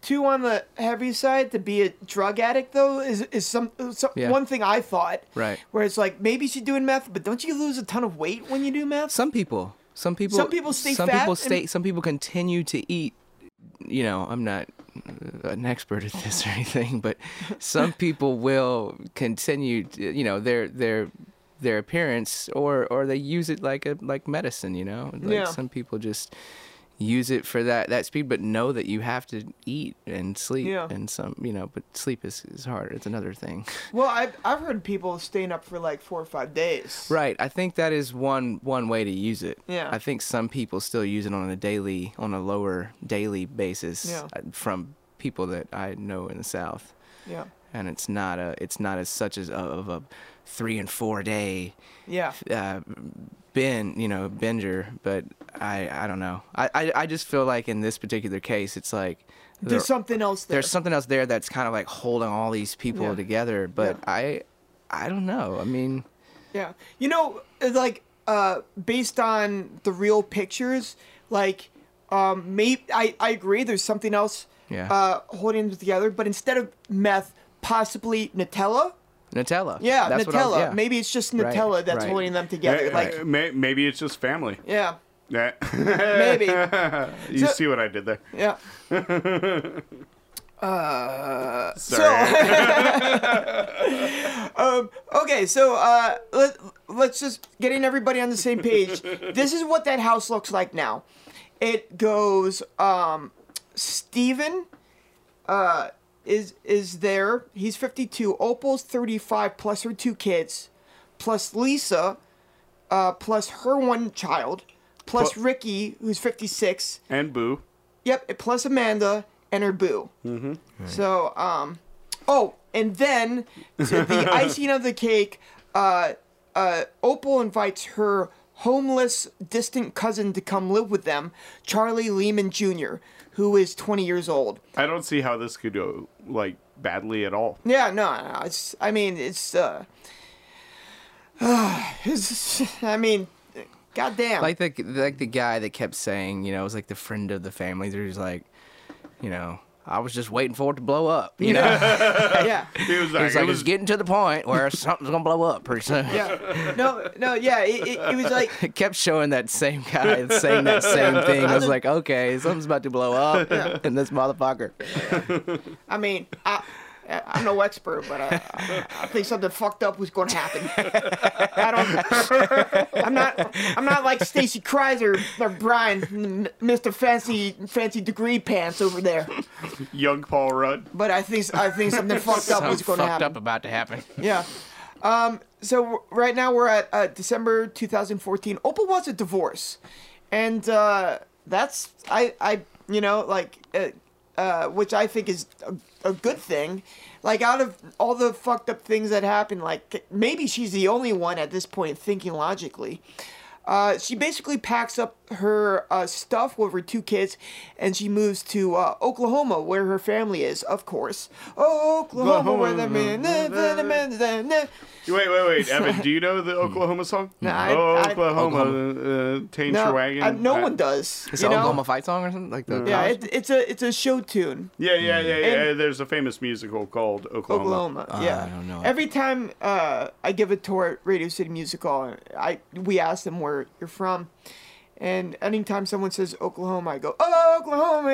too on the heavy side to be a drug addict though is is some, some
Yeah.
one thing i thought
Right.
where it's like maybe she's doing meth but don't you lose a ton of weight when you do meth
some people some people
Some people stay
some
fat
people
and-
stay some people continue to eat you know i'm not uh, an expert at this or anything but some people will continue to, you know their their their appearance or or they use it like a like medicine you know like
Yeah.
some people just use it for that that speed but know that you have to eat and sleep
Yeah.
and some you know but sleep is, is hard it's another thing
well I've, I've heard people staying up for like four or five days
Right. I think that is one one way to use it.
Yeah.
I think some people still use it on a daily, on a lower daily basis.
Yeah.
uh, From people that I know in the South,
yeah
and it's not a, it's not as such as of a three and four day
yeah
uh, bin, you know, binger. But I, I don't know. I, I, I just feel like in this particular case, it's like
there's
they're-
something else there
there's something else there that's kind of like holding all these people
Yeah.
together. But I, I don't know. I mean.
yeah you know it's like uh based on the real pictures like um maybe i i agree there's something else
Yeah.
uh holding them together but instead of meth possibly nutella
Nutella.
Yeah,
That's
Nutella.
what I was- yeah.
Maybe it's just
Right,
Nutella that's
right.
holding them
Yeah,
together. like,
uh, may- maybe it's just family.
yeah,
Yeah.
maybe,
you
So-
see what I did there.
yeah. Uh,
Sorry.
Um, Okay, so uh, let let's just getting everybody on the same page. this is what that house looks like now. it goes um Steven uh is is there. He's 52. Opal's 35 plus her two kids plus Lisa uh plus her one child plus
Plu-
Ricky who's 56.
And Boo.
Yep, plus Amanda and her boo. Mm-hmm. So, um, oh, and then to the icing of the cake, uh, uh, Opal invites her homeless, distant cousin to come live with them, Charlie Lehman Jr., who is 20 years old.
I don't see how this could go like badly at all.
Yeah, no, no, it's, I mean, it's, uh, it's, I mean, goddamn.
like the like the guy that kept saying, you know, it was like the friend of the family. Who's like, you know, I was just waiting for it to blow up. You know,
yeah.
It was like,
it was like
it was
it's getting to the point where something's gonna blow up pretty soon.
Yeah. No, no, yeah, it, it, it was like,
It kept showing that same guy saying that same thing. I was like, okay, something's about to blow up, and this motherfucker.
I mean, I, I- I'm no expert, but I, I, I think something fucked up was going to happen. I don't. I'm not. I'm not like Stacy Kreiser or Brian, M- Mr. Fancy Fancy Degree Pants over there.
young Paul Rudd.
But I think I think something fucked up was
Something
going to
fucked
happen.
up about to happen.
Yeah. Um, so w- right now we're at uh, December 2014. Opal wants a divorce, and uh, that's I I you know like uh, uh, which I think is a, a good thing. Like out of all the fucked up things that happened, like maybe she's the only one at this point thinking logically. Uh, she basically packs up her uh, stuff with her two kids, and she moves to uh, Oklahoma, where her family is, of course. Oh, Oklahoma, where the man.
Wait, wait, wait, Evan. Do you know the Oklahoma song?
No, I-
oh,
I-
Oklahoma, Uh, taint
No,
your wagon.
I- no
I-
one does.
It's
you
an
know?
Oklahoma fight song or something like that.
Yeah, it, it's a it's a show tune.
Yeah, yeah, yeah, yeah.
Mm-hmm. And-
There's a famous musical called Oklahoma.
Oklahoma.
Uh,
yeah.
I don't know it.
Every time uh, I give a tour at Radio City Music Hall, I we ask them where you're from, and anytime someone says Oklahoma, I go "Oh, Oklahoma,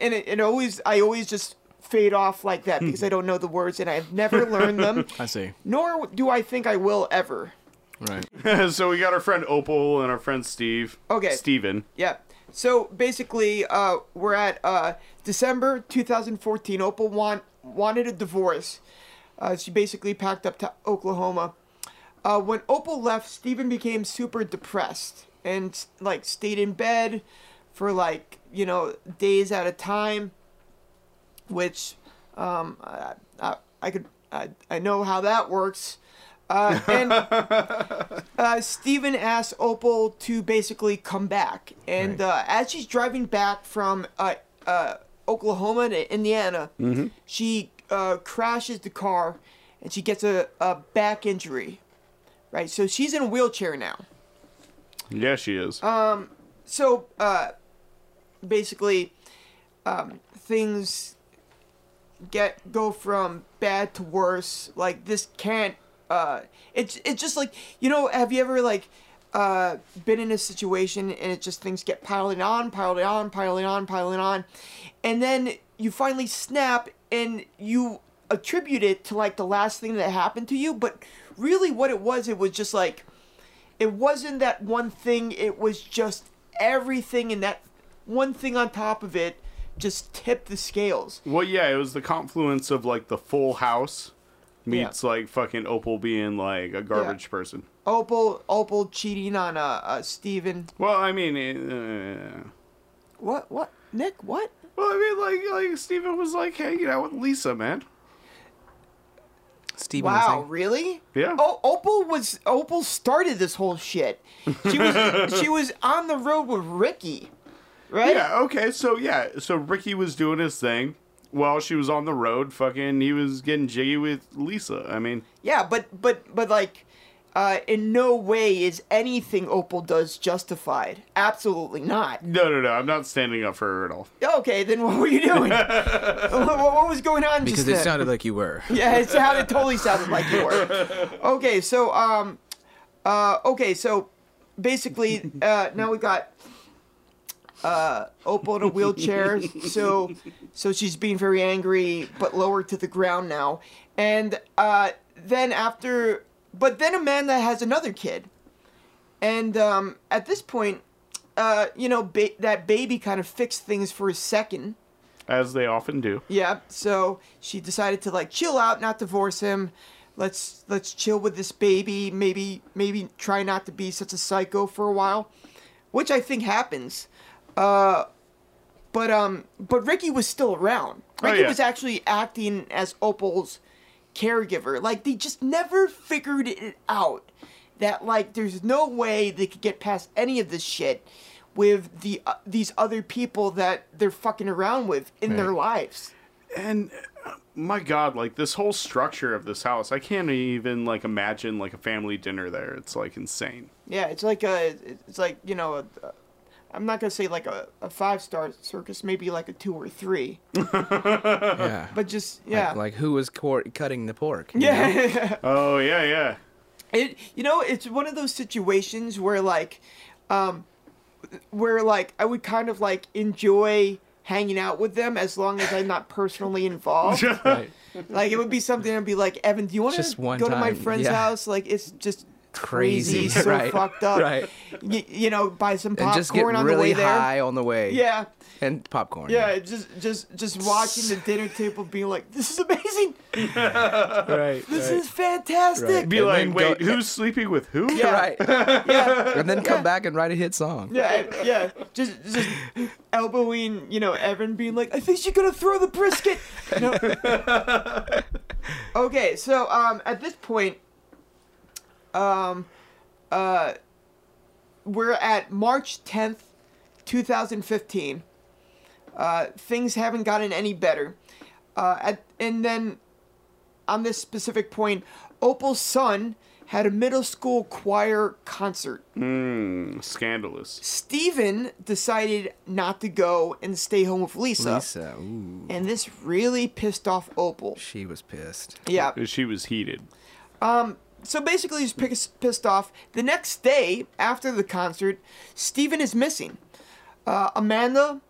and it, it always I always just fade off like that because I don't know the words and I've never learned them,
Hmm. I see.
nor do I think I will ever.
Right.
so we got our friend Opal and our friend Steve.
Okay.
Steven.
Yeah. So basically, uh, we're at uh, December 2014. Opal want, wanted a divorce. Uh, she basically packed up to Oklahoma. Uh, when Opal left, Steven became super depressed and like stayed in bed for like you know days at a time, which um, I, I, I could I, I know how that works. Uh, and uh, Steven asks Opal to basically come back. And uh, as she's driving back from uh, uh, Oklahoma to Indiana, she uh, crashes the car and she gets a, a back injury. Right? So she's in a wheelchair now.
Yeah, she is.
Uh, So uh, basically, um, things get go from bad to worse. Like this can't. Uh, it's it's just like you know. Have you ever like uh, been in a situation and it just things get piling on, piling on, piling on, piling on, and then you finally snap and you attribute it to like the last thing that happened to you, but really what it was, it was just like it wasn't that one thing it was just everything and that one thing on top of it just tipped the scales
well, yeah, it was the confluence of like the Full House meets like fucking Opal being like a garbage person.
opal opal cheating on uh, uh steven
Well, I mean, eh, uh,
what what nick what
well, I mean, like like Steven was like hanging out with Lisa, man.
Steven. was
wow
like-
really
Yeah.
oh opal was opal started this whole shit she was she was on the road with ricky right
Yeah, okay, so yeah, so Ricky was doing his thing while she was on the road. Fucking, he was getting jiggy with Lisa. I mean,
Yeah, but but but like, uh, in no way is anything Opal does justified. Absolutely not.
no, no, no, I'm not standing up for her at all.
Okay, then what were you doing? what, what- what was going on
Because
just
it
then?
sounded like you were.
yeah, it sounded totally sounded like you were. Okay, so um, uh, okay, so basically, uh, now we got uh, Opal in a wheelchair. So, so she's being very angry, but lowered to the ground now. And uh, then after, but then Amanda has another kid, and um, at this point, uh, you know, ba- that baby kind of fixed things for a second.
as they often do.
Yeah, so she decided to like chill out, not divorce him. Let's let's chill with this baby. Maybe maybe try not to be such a psycho for a while, which I think happens. Uh, but um, but Ricky was still around.
Oh,
Ricky
yeah.
was actually acting as Opal's caregiver. Like they just never figured it out that like there's no way they could get past any of this shit with the uh, these other people that they're fucking around with in their lives.
and uh, my god like this whole structure of this house i can't even like imagine like a family dinner there it's like insane
Yeah, it's like a, it's like you know, a, I'm not gonna say like a, a five star circus, maybe like a two or three,
Yeah.
but just
Like-
yeah,
Like, who was cor- cutting the pork? you know?
yeah.
oh yeah yeah
it, you know, it's one of those situations where like, um, where like I would kind of like enjoy hanging out with them as long as I'm not personally involved.
Right.
like it would be something I'd be like, Evan, do you want to
Just one
go to my
time,
friend's
yeah.
house? Like it's just crazy,
Crazy,
so
right,
fucked up.
right.
Y- you know, buy some
And
popcorn
just get
on the
really
way there.
high on the way.
Yeah.
And popcorn.
Yeah, just just just watching the dinner table, being like, "This is amazing!
Right.
This
right.
is fantastic!"
Right.
be
And
like
then go-
wait who's sleeping with who
Yeah.
Right.
Yeah,
And then come back and write a hit song.
yeah, yeah. Just just elbowing, you know, Evan, being like, "I think she's gonna throw the brisket." No. okay, so um, at this point, um, uh, we're at March tenth, two thousand fifteen. Uh, things haven't gotten any better. Uh, at, and then on this specific point, Opal's son had a middle school choir concert.
mm, scandalous
Steven decided not to go and stay home with Lisa.
Lisa, ooh,
And this really pissed off Opal.
she was pissed.
Yeah.
she was heated
So basically, he's piss- pissed off. The next day, after the concert, Steven is missing. Uh, Amanda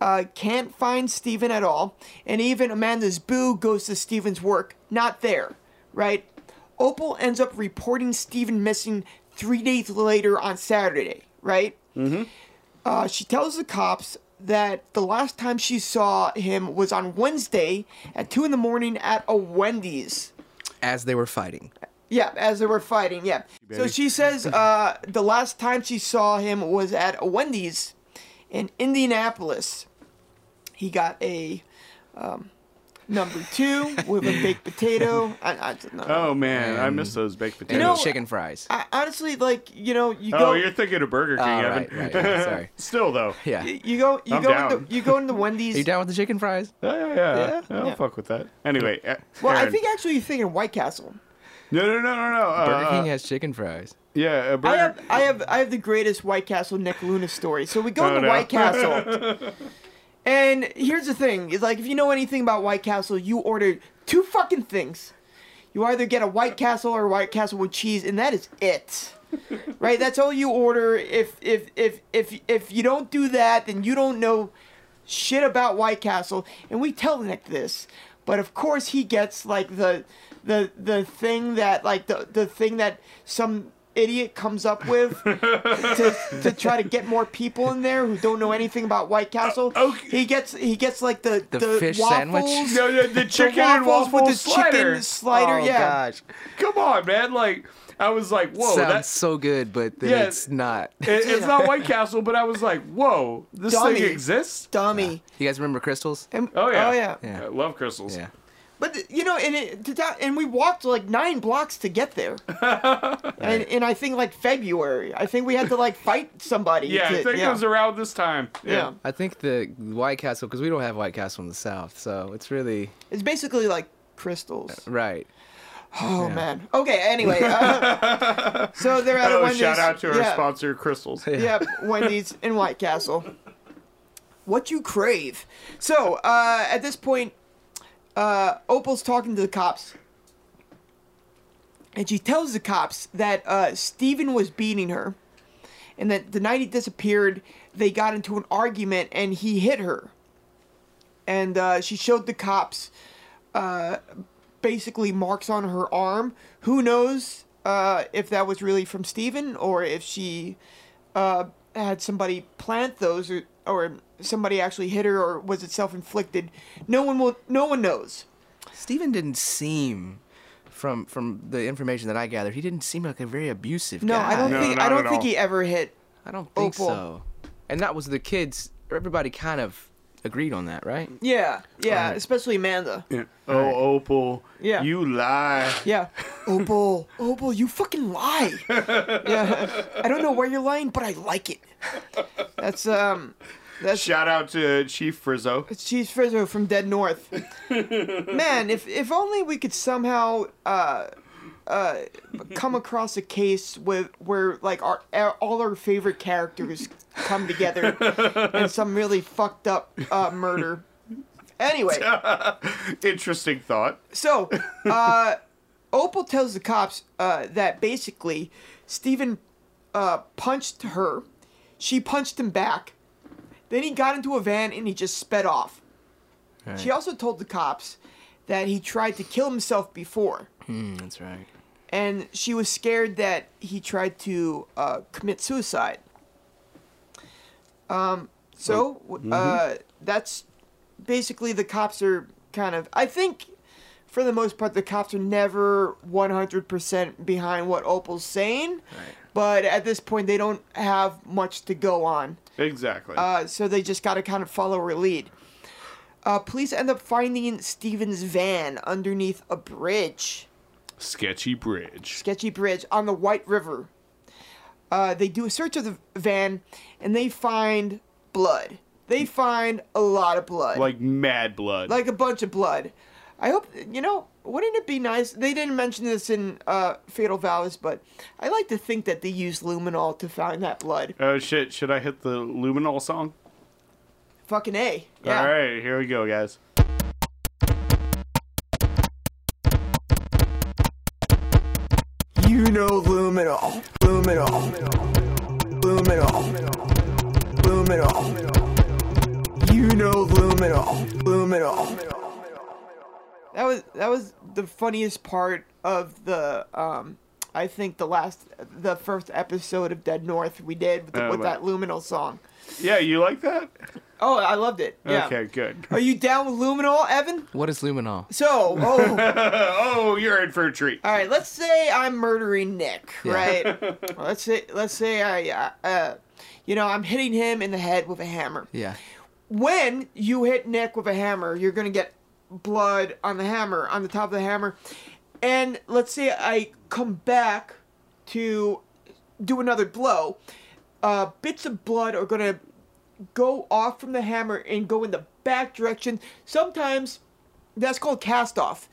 uh, can't find Steven at all. And even Amanda's boo goes to Steven's work. Not there, right? Opal ends up reporting Steven missing three days later on Saturday, right? Uh, she tells the cops that the last time she saw him was on Wednesday at 2 in the morning at a Wendy's.
As they were fighting.
Yeah, as they were fighting, yeah. So she says uh, the last time she saw him was at a Wendy's in Indianapolis. He got a um, number two with a baked potato. I, I don't know.
oh man i
And-
miss those baked potatoes
And
know-
chicken fries.
I, honestly, like, you know, you
oh
go. Ah,
you're thinking of burger king
Oh,
evan
right, right, right, sorry.
still though
Yeah.
you you go, you
I'm
go,
down.
into, you go into
Are you
Wendy's.
down with the chicken fries?
yeah yeah yeah,
Yeah,
i'll
yeah.
fuck with that anyway uh,
Well, I
Aaron.
think actually you're thinking White Castle.
no no no no no uh,
Burger King has chicken fries.
yeah uh, burger
I have, I have, I have the greatest White Castle Nick Luna story. So we go
Oh,
into
no.
White Castle, and here's the thing: is like if you know anything about White Castle, you order two fucking things. You either get a White Castle or a White Castle with cheese, and that is it. right? That's all you order. If if if if if you don't do that, then you don't know shit about White Castle. And we tell Nick this, but of course he gets like the the the thing that like the the thing that some idiot comes up with to, to try to get more people in there who don't know anything about White Castle.
Oh, okay.
He gets he gets like the
The
the,
fish sandwich?
waffles,
no, no, the chicken and waffle
with the
slider.
chicken slider.
oh
yeah.
gosh,
Come on, man! Like I was like, whoa,
sounds
that's
so good, but then
Yeah.
it's not.
It, it's not White Castle, but I was like, whoa, this
Dummy.
thing exists?
Dummy.
You guys remember crystals?
And,
Oh, yeah.
Oh yeah.
Yeah.
I love crystals.
Yeah.
But th- you know, and it, to ta- and we walked like nine blocks to get there, and and I think like February, I think we had to like fight somebody.
Yeah,
to-
I think
yeah.
it was around this time.
yeah.
I think the White Castle, because we don't have White Castle in the South, so it's really
It's basically like crystals.
right.
Oh
Yeah.
man. Okay. Anyway, uh, so they're at a
Oh,
Wendy's.
shout out to our
yeah,
sponsor, Crystals.
Yep, Wendy's in White Castle. What you crave? So uh, at this point, uh, Opal's talking to the cops, and she tells the cops that uh, Steven was beating her, and that the night he disappeared, they got into an argument and he hit her. And uh, she showed the cops uh, basically marks on her arm. Who knows uh, if that was really from Steven or if she uh, had somebody plant those or or somebody actually hit her or was it self-inflicted. No one will no one knows.
Steven didn't seem from from the information that I gathered, he didn't seem like a very abusive
No,
guy.
I don't Oh,
No,
think
not
I
at
don't think
all.
he ever hit.
I don't think
Opal.
so. And that was the kids everybody kind of agreed on that, right?
Yeah. Yeah, especially Amanda.
Yeah. Oh, Opal.
Yeah.
You lie.
Yeah. Opal, Opal, you fucking lie. yeah. I don't know why you're lying, but I like it. That's um that's
Shout out to Chief Frizzo.
Cheese Frizzo from Dead North. Man, if if only we could somehow uh, uh, come across a case with where like our our- all our favorite characters come together in some really fucked up uh, murder. Anyway,
Interesting thought.
so uh, Opal tells the cops uh, that basically Steven uh, punched her, she punched him back. Then he got into a van and he just sped off. She also told the cops that he tried to kill himself before,
Mm, that's right.
and she was scared that he tried to uh, commit suicide. Um, so w uh, that's basically the cops are kind of. I think, for the most part, the cops are never one hundred percent behind what Opal's saying, but at this point, they don't have much to go on
Exactly.
uh, so they just got to kind of follow her lead. Uh, police end up finding Steven's van underneath a bridge,
Sketchy Bridge.
sketchy bridge on the White River. Uh, they do a search of the van, and they find blood. They find a lot of blood,
Like mad blood.
like a bunch of blood. I hope you know. Wouldn't it be nice? They didn't mention this in uh, Fatal Vows, but I like to think that they used luminol to find that blood.
oh shit, should I hit the Luminol song?
Fucking a. Yeah.
All right, here we go, guys.
You know Luminol, Luminol, Luminol, Luminol. You know Luminol, Luminol. That was that was the funniest part of the um I think the last the first episode of Dead North we did with,
Oh,
with
wow.
that Luminol song.
Yeah, you like that?
Oh, I loved it. Yeah.
Okay, good.
Are you down with Luminol, Evan?
What is luminol?
So, oh,
Oh, you're in for a treat.
All right, let's say I'm murdering Nick,
Yeah.
right? let's say let's say I uh, uh, you know, I'm hitting him in the head with a hammer.
Yeah.
When you hit Nick with a hammer, you're going to get blood on the hammer, on the top of the hammer. And let's say I come back to do another blow. Uh, bits of blood are going to go off from the hammer and go in the back direction. Sometimes that's called cast off.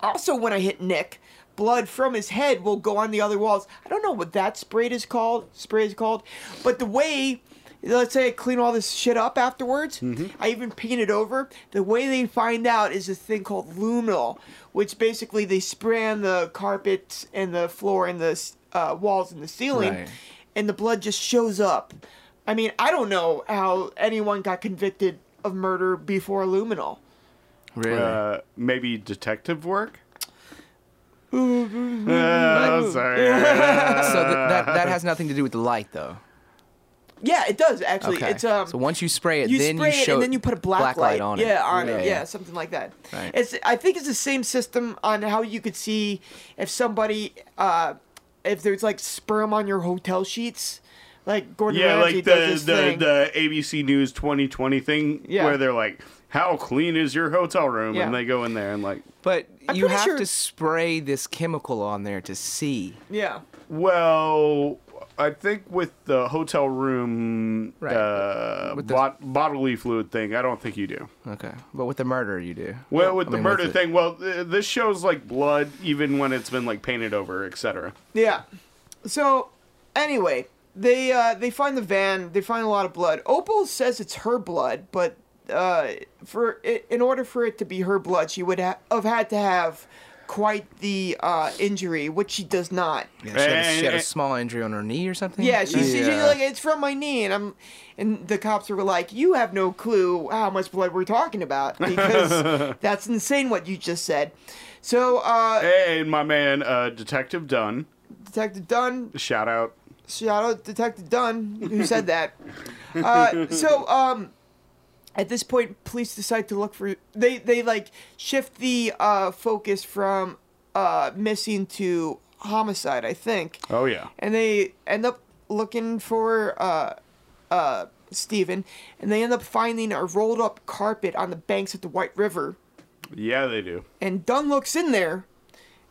Also, when I hit Nick, blood from his head will go on the other walls. I don't know what that spray is called. Spray is called, but the way, let's say I clean all this shit up afterwards, I even paint it over. The way they find out is a thing called luminol, which basically they spray on the carpet and the floor and the s- uh, walls and the ceiling,
Right.
and the blood just shows up. I mean, I don't know how anyone got convicted of murder before luminol.
Really?
Uh, maybe detective work? Uh, sorry.
so th- that that has nothing to do with the light, though.
Yeah, it does actually.
Okay.
It's um.
so once you spray it,
you
then
spray
you
it
show
and then you put a black,
light on it.
yeah, uh, on it,
Yeah.
yeah, something like that.
Right.
It's I think it's the same system on how you could see if somebody uh, if there's like sperm on your hotel sheets, like Gordon
yeah,
Ramsay
like
does
the
this thing.
the, the ABC News 2020 thing
Yeah.
where they're like, "How clean is your hotel room?"
Yeah.
and they go in there and like,
But
I'm
you
pretty
have
sure-
to spray this chemical on there to see.
yeah,
Well, I think with the hotel room
Right.
uh,
With the-
bot- bodily fluid thing, I don't think you do.
Okay. But with the murder, you do.
Well, with
I
the
mean,
murder
with it.
thing, well, th- this shows like blood even when it's been like painted over, etc.
yeah. So anyway, they uh, they find the van. They find a lot of blood. Opal says it's her blood, but uh, for i in order for it to be her blood, she would ha- have had to have quite the uh, injury, which she does not.
Yeah, she, had a, she had a
And-
small injury on her knee or something.
Yeah, she's, she's like, it's from my knee, and I'm, and the cops were like, you have no clue how much blood we're talking about because that's insane what you just said. So, uh,
And my man, uh, Detective Dunn,
Detective Dunn,
shout out.
Shout out Detective Dunn who said that. Uh, so um, at this point, police decide to look for they they like shift the uh, focus from uh, missing to homicide, I think,
Oh yeah.
and they end up looking for uh, uh, Stephen, and they end up finding a rolled up carpet on the banks of the White River.
Yeah, they do.
And Dunn looks in there,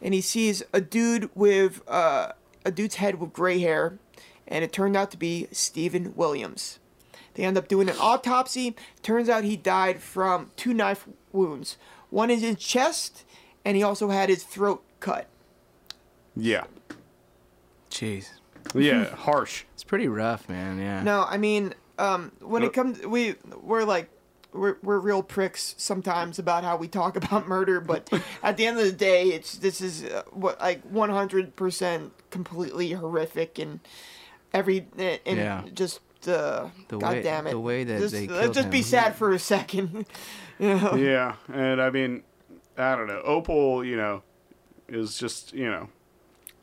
and he sees a dude with uh, a dude's head with gray hair, and it turned out to be Stephen Williams. They end up doing an autopsy. Turns out he died from two knife wounds. One in his chest, and he also had his throat cut.
Yeah.
Jeez,
Yeah, harsh.
it's pretty rough, man. Yeah.
No, I mean, um, when it comes, we we're like, we're, we're real pricks sometimes about how we talk about murder, but at the end of the day, it's this is uh, what like one hundred percent completely horrific and every and
Yeah.
just. Uh,
The
God
way-
damn it!
the way that
just,
they
let's
killed
just be
him.
sad for a second. you know?
Yeah, and I mean, I don't know. Opal, you know, is just you know,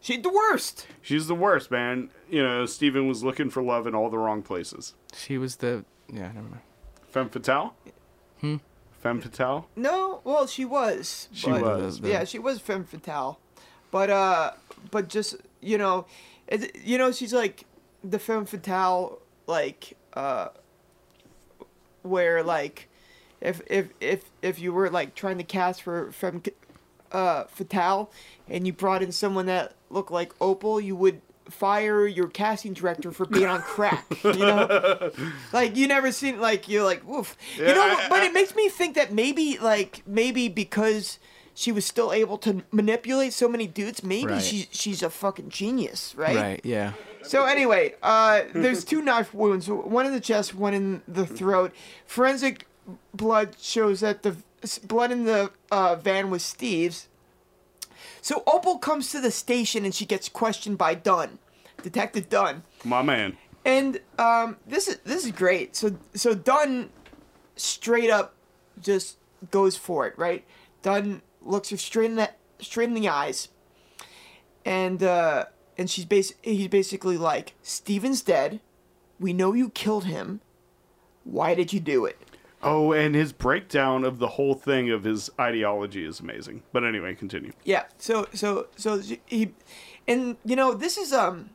She's the worst.
she's the worst, man. You know, Steven was looking for love in all the wrong places.
She was the yeah. Never mind.
Femme fatale. Hmm. Femme fatale.
No, well, she was.
She
but-
was.
yeah, she was femme fatale, but uh, but just you know, it, you know, she's like the femme fatale, like uh, where like if if if if you were like trying to cast for femme uh fatale, and you brought in someone that looked like Opal, you would fire your casting director for being on crack you know like you never seen like you're like woof you
Yeah,
know
I-
what? but
I-
it makes me think that maybe like maybe because she was still able to manipulate so many dudes maybe
Right.
she, she's a fucking genius right,
Right. Yeah.
so anyway uh there's two knife wounds one in the chest one in the throat forensic blood shows that the s- blood in the uh, van was steve's so opal comes to the station and she gets questioned by dunn detective dunn
My man.
and um, this is this is great. So so Dunn straight up just goes for it, right? Dunn looks her straight in the straight in the eyes, and uh, and she's bas- he's basically like, Steven's dead. We know you killed him. Why did you do it?
Oh, and his breakdown of the whole thing of his ideology is amazing. But anyway, continue.
Yeah. So so so he, and you know this is um,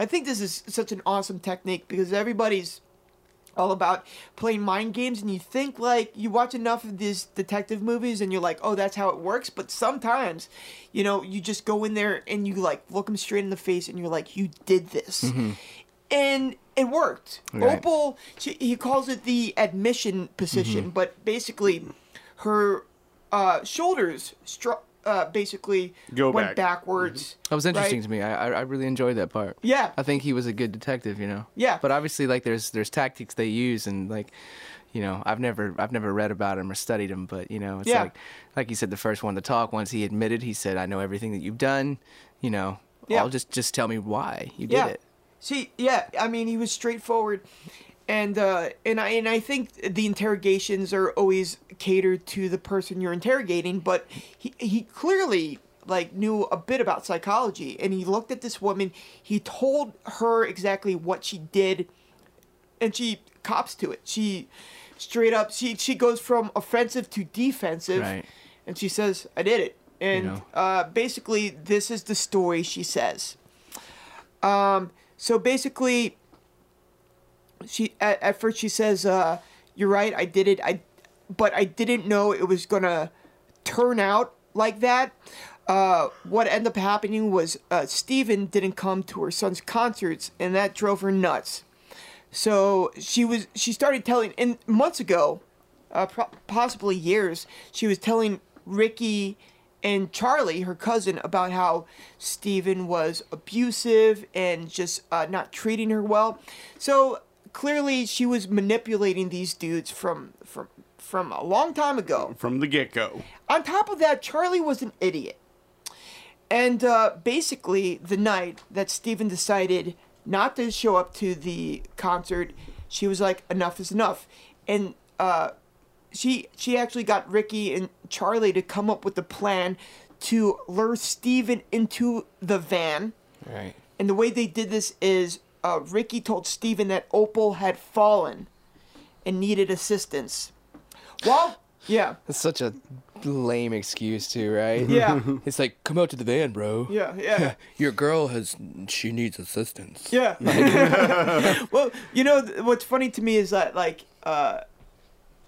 I think this is such an awesome technique because everybody's all about playing mind games and you think like you watch enough of these detective movies and you're like oh that's how it works but sometimes you know you just go in there and you like look them straight in the face and you're like you did this
Mm-hmm.
and it worked
Right.
opal she, he calls it the admission position
Mm-hmm.
but basically her uh, shoulders stru- uh, basically
Go
went
back. Mm-hmm.
backwards
That was interesting
right?
to me. I, I I really enjoyed that part.
Yeah.
I think he was a good detective, you know.
Yeah.
But obviously, like, there's there's tactics they use, and like, you know, I've never I've never read about him or studied him, but you know, it's
Yeah.
like like you said, the first one to talk. Once he admitted, he said, "I know everything that you've done." You know.
Yeah.
I'll just just tell me why you
yeah.
did it.
See, yeah, I mean, he was straightforward, and uh, and I and I think the interrogations are always catered to the person you're interrogating, but he he clearly like knew a bit about psychology, and he looked at this woman, he told her exactly what she did, and she cops to it. She straight up she she goes from offensive to defensive,
Right.
and she says, "I did it." And
know.
uh, basically, this is the story she says. Um, So basically, she at, at first she says, uh, "You're right, I did it. I, but I didn't know it was gonna turn out like that." Uh, what ended up happening was uh, Steven didn't come to her son's concerts, and that drove her nuts. So she was she started telling, and months ago, uh, pro- possibly years, she was telling Ricky and Charlie, her cousin, about how Steven was abusive and just uh, not treating her well. So clearly, she was manipulating these dudes from from from a long time ago.
From the get go.
On top of that, Charlie was an idiot. And uh, basically, the night that Steven decided not to show up to the concert, she was like, enough is enough. And uh, she, she actually got Ricky and Charlie to come up with a plan to lure Steven into the van
Right.
And the way they did this is uh, Ricky told Steven that Opal had fallen and needed assistance. Well, yeah,
That's such a lame excuse, too, right?
yeah,
It's like, come out to the van, bro.
yeah, yeah.
Your girl has, she needs assistance.
Yeah. well, you know th- what's funny to me is that like uh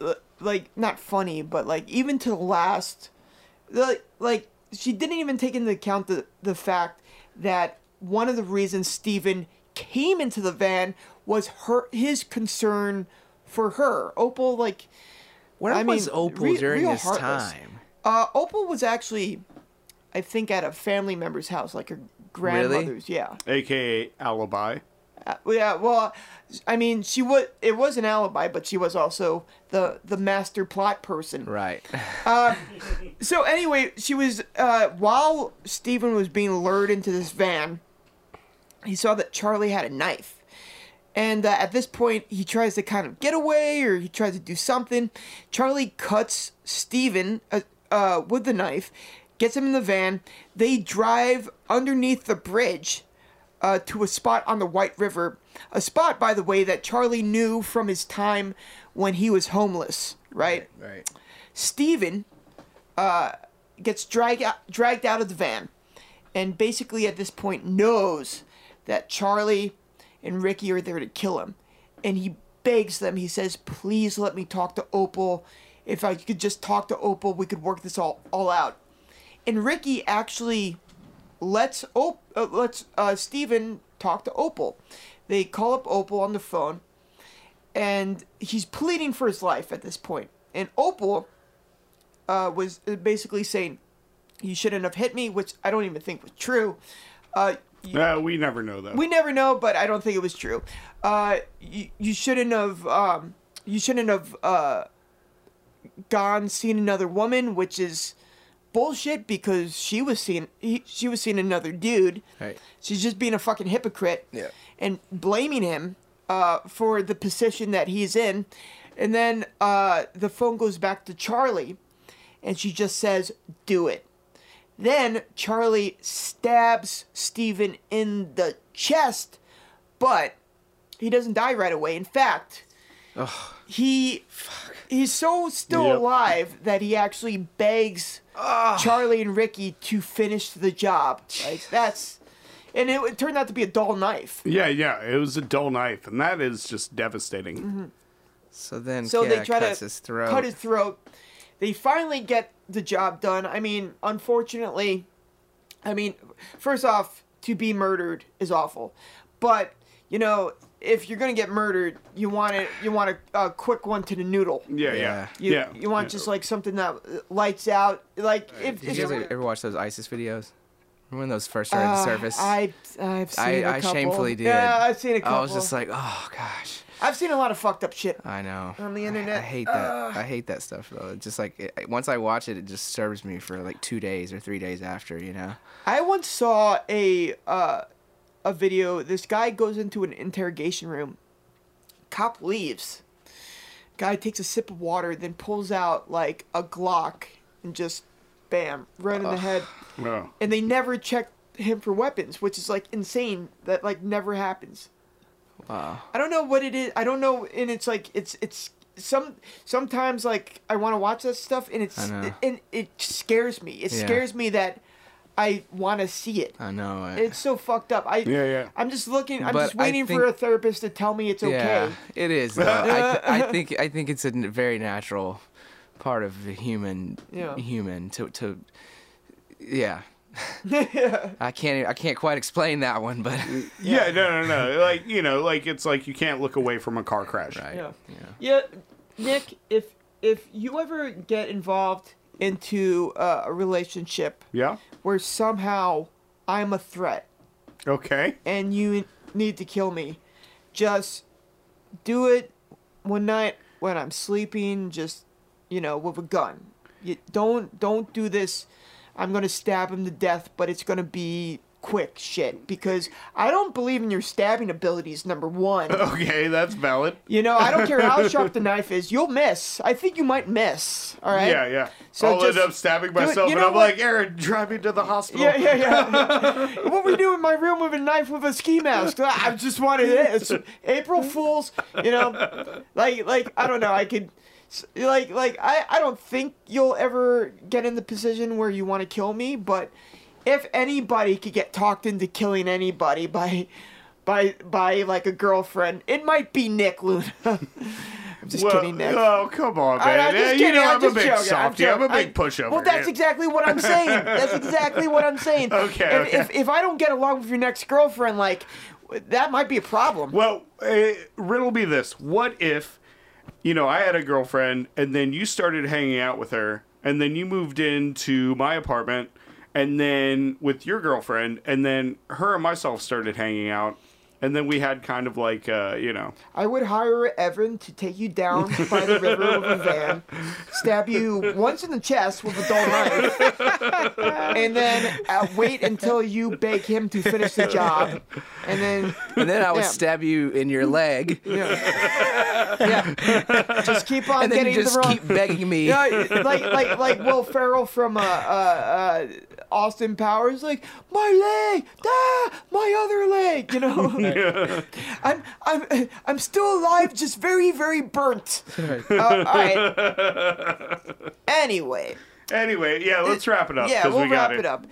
l- like not funny, but like even to the last like like she didn't even take into account the the fact that one of the reasons Steven came into the van was her his concern for her. Opal like
Where
I
was
mean,
Opal
re-
during
real
this
heartless.
time?
uh Opal was actually I think at a family member's house, like her grandmother's, yeah.
aka alibi.
Uh, yeah, well, I mean, she was. It was an alibi, but she was also the the master plot person.
Right.
So anyway, she was uh, while Stephen was being lured into this van, he saw that Charlie had a knife, and uh, at this point, he tries to kind of get away or he tries to do something. Charlie cuts Stephen uh, uh, with the knife, gets him in the van. They drive underneath the bridge uh, to a spot on the White River. A spot, by the way, that Charlie knew from his time when he was homeless, right?
Right.
Steven uh, gets dragged out, dragged out of the van and basically at this point knows that Charlie and Ricky are there to kill him. And he begs them, he says, please let me talk to Opal. If I could just talk to Opal, we could work this all, all out. And Ricky actually lets Op- uh, lets uh, Steven talk to Opal. They call up Opal on the phone and he's pleading for his life at this point. And Opal uh, was basically saying, "You shouldn't have hit me," which I don't even think was true. Uh, you-
Uh, we never know though.
we never know, but I don't think it was true. Uh, you, you shouldn't have um, you shouldn't have uh, gone seen another woman, which is bullshit because she was seeing he, she was seeing another dude.
Right.
She's just being a fucking hypocrite.
Yeah.
And blaming him uh, for the position that he's in, and then uh, the phone goes back to Charlie, and she just says, "Do it." Then Charlie stabs Steven in the chest, but he doesn't die right away. In fact, he he's so still
Yep.
alive that he actually begs Charlie and Ricky to finish the job. Like that's and it, it turned out to be a dull knife.
yeah, yeah. It was a dull knife, and that is just devastating.
Mm-hmm.
So then,
So
yeah,
they try
cuts
to
his throat.
cut his throat. They finally get the job done. I mean, unfortunately, I mean, first off, to be murdered is awful, but you know, if you're gonna get murdered, you want it. You want a, a quick one to the noodle.
Yeah, yeah,
Yeah.
You,
yeah.
you want just like something that uh, lights out, like if,
Did
if
you guys ever watch those ISIS videos? Remember when those first started
Uh,
to surface?
I I've seen
I-
a
I
couple.
shamefully did.
Yeah, I've seen a couple.
I was just like, oh gosh,
I've seen a lot of fucked up shit.
I know.
On the
I- I,
internet,
hate that. I hate that stuff though. It just like it, once I watch it, it just disturbs me for like two days or three days after. You know?
I once saw a uh, a video. This guy goes into an interrogation room. Cop leaves. Guy takes a sip of water, then pulls out like a Glock and just bam, right in the head.
Oh.
And they never checked him for weapons, which is like insane. That like never happens.
Wow.
I don't know what it is. I don't know, and it's like it's it's some sometimes like I want to watch that stuff, and it's
I know.
and it scares me. It
Yeah.
scares me that I want to see it.
I know. It.
It's so fucked up. I
Yeah, yeah.
I'm just looking. I'm
But
just
I
waiting
think-
for a therapist to tell me it's
yeah,
okay.
it is. Though. I, I think I think it's a n- very natural part of the human
Yeah.
human to to yeah. I can't e, I can't quite explain that one, but
Yeah, no, no, no. Like you know, like it's like you can't look away from a car crash.
right.
Yeah.
yeah.
Yeah, Nick, if if you ever get involved into uh, a relationship
Yeah.
where somehow I'm a threat
Okay.
and you need to kill me, just do it one night when I'm sleeping. Just you know, with a gun. You don't don't do this. I'm gonna stab him to death, but it's gonna be quick shit because I don't believe in your stabbing abilities. Number one,
Okay, that's valid.
you know I don't care how sharp the knife is, you'll miss. I think you might miss. All right.
Yeah, yeah.
So
I'll
just
end up stabbing
do it.
myself,
You
and
know
I'm
what?
like, Aaron, drive me to the hospital.
Yeah, yeah, yeah. what we do in my room with a knife with a ski mask? I I just wanted it. It's April Fools, you know. Like, like I don't know. I could, s- like, like I, I don't think you'll ever get in the position where you want to kill me. But if anybody could get talked into killing anybody by, by, by like a girlfriend, it might be Nick Luna. I'm just
Well,
kidding, Nick.
Oh, come on,
I-
man.
I'm just
Yeah, you
kidding,
know
I'm,
I'm, a
just
big
joking,
softy. I'm,
joking.
a big pushover.
Well, that's
yeah.
exactly what I'm saying. That's exactly what I'm saying.
Okay,
If,
okay.
If, if I don't get along with your next girlfriend, like, that might be a problem.
Well, uh, riddle me this: What if, you know, I had a girlfriend, and then you started hanging out with her, and then you moved into my apartment, and then with your girlfriend, and then her and myself started hanging out, and then we had kind of like, uh, you know,
I would hire Evan to take you down by the river with a van, stab you once in the chest with a dull knife, and then uh, wait until you beg him to finish the job, and then
And then I would
Yeah.
stab you in your leg,
yeah, yeah. just keep on
and then
getting
you just
the wrong.
keep begging me.
Yeah, like like like Will Ferrell from uh, uh, uh, Austin Powers, like my leg, ah, my other leg. You know, I'm I'm I'm still alive, just very very burnt. Uh, all right. Anyway,
anyway, yeah, let's wrap it up.
yeah,
'cause
we'll
we got
wrap it. up.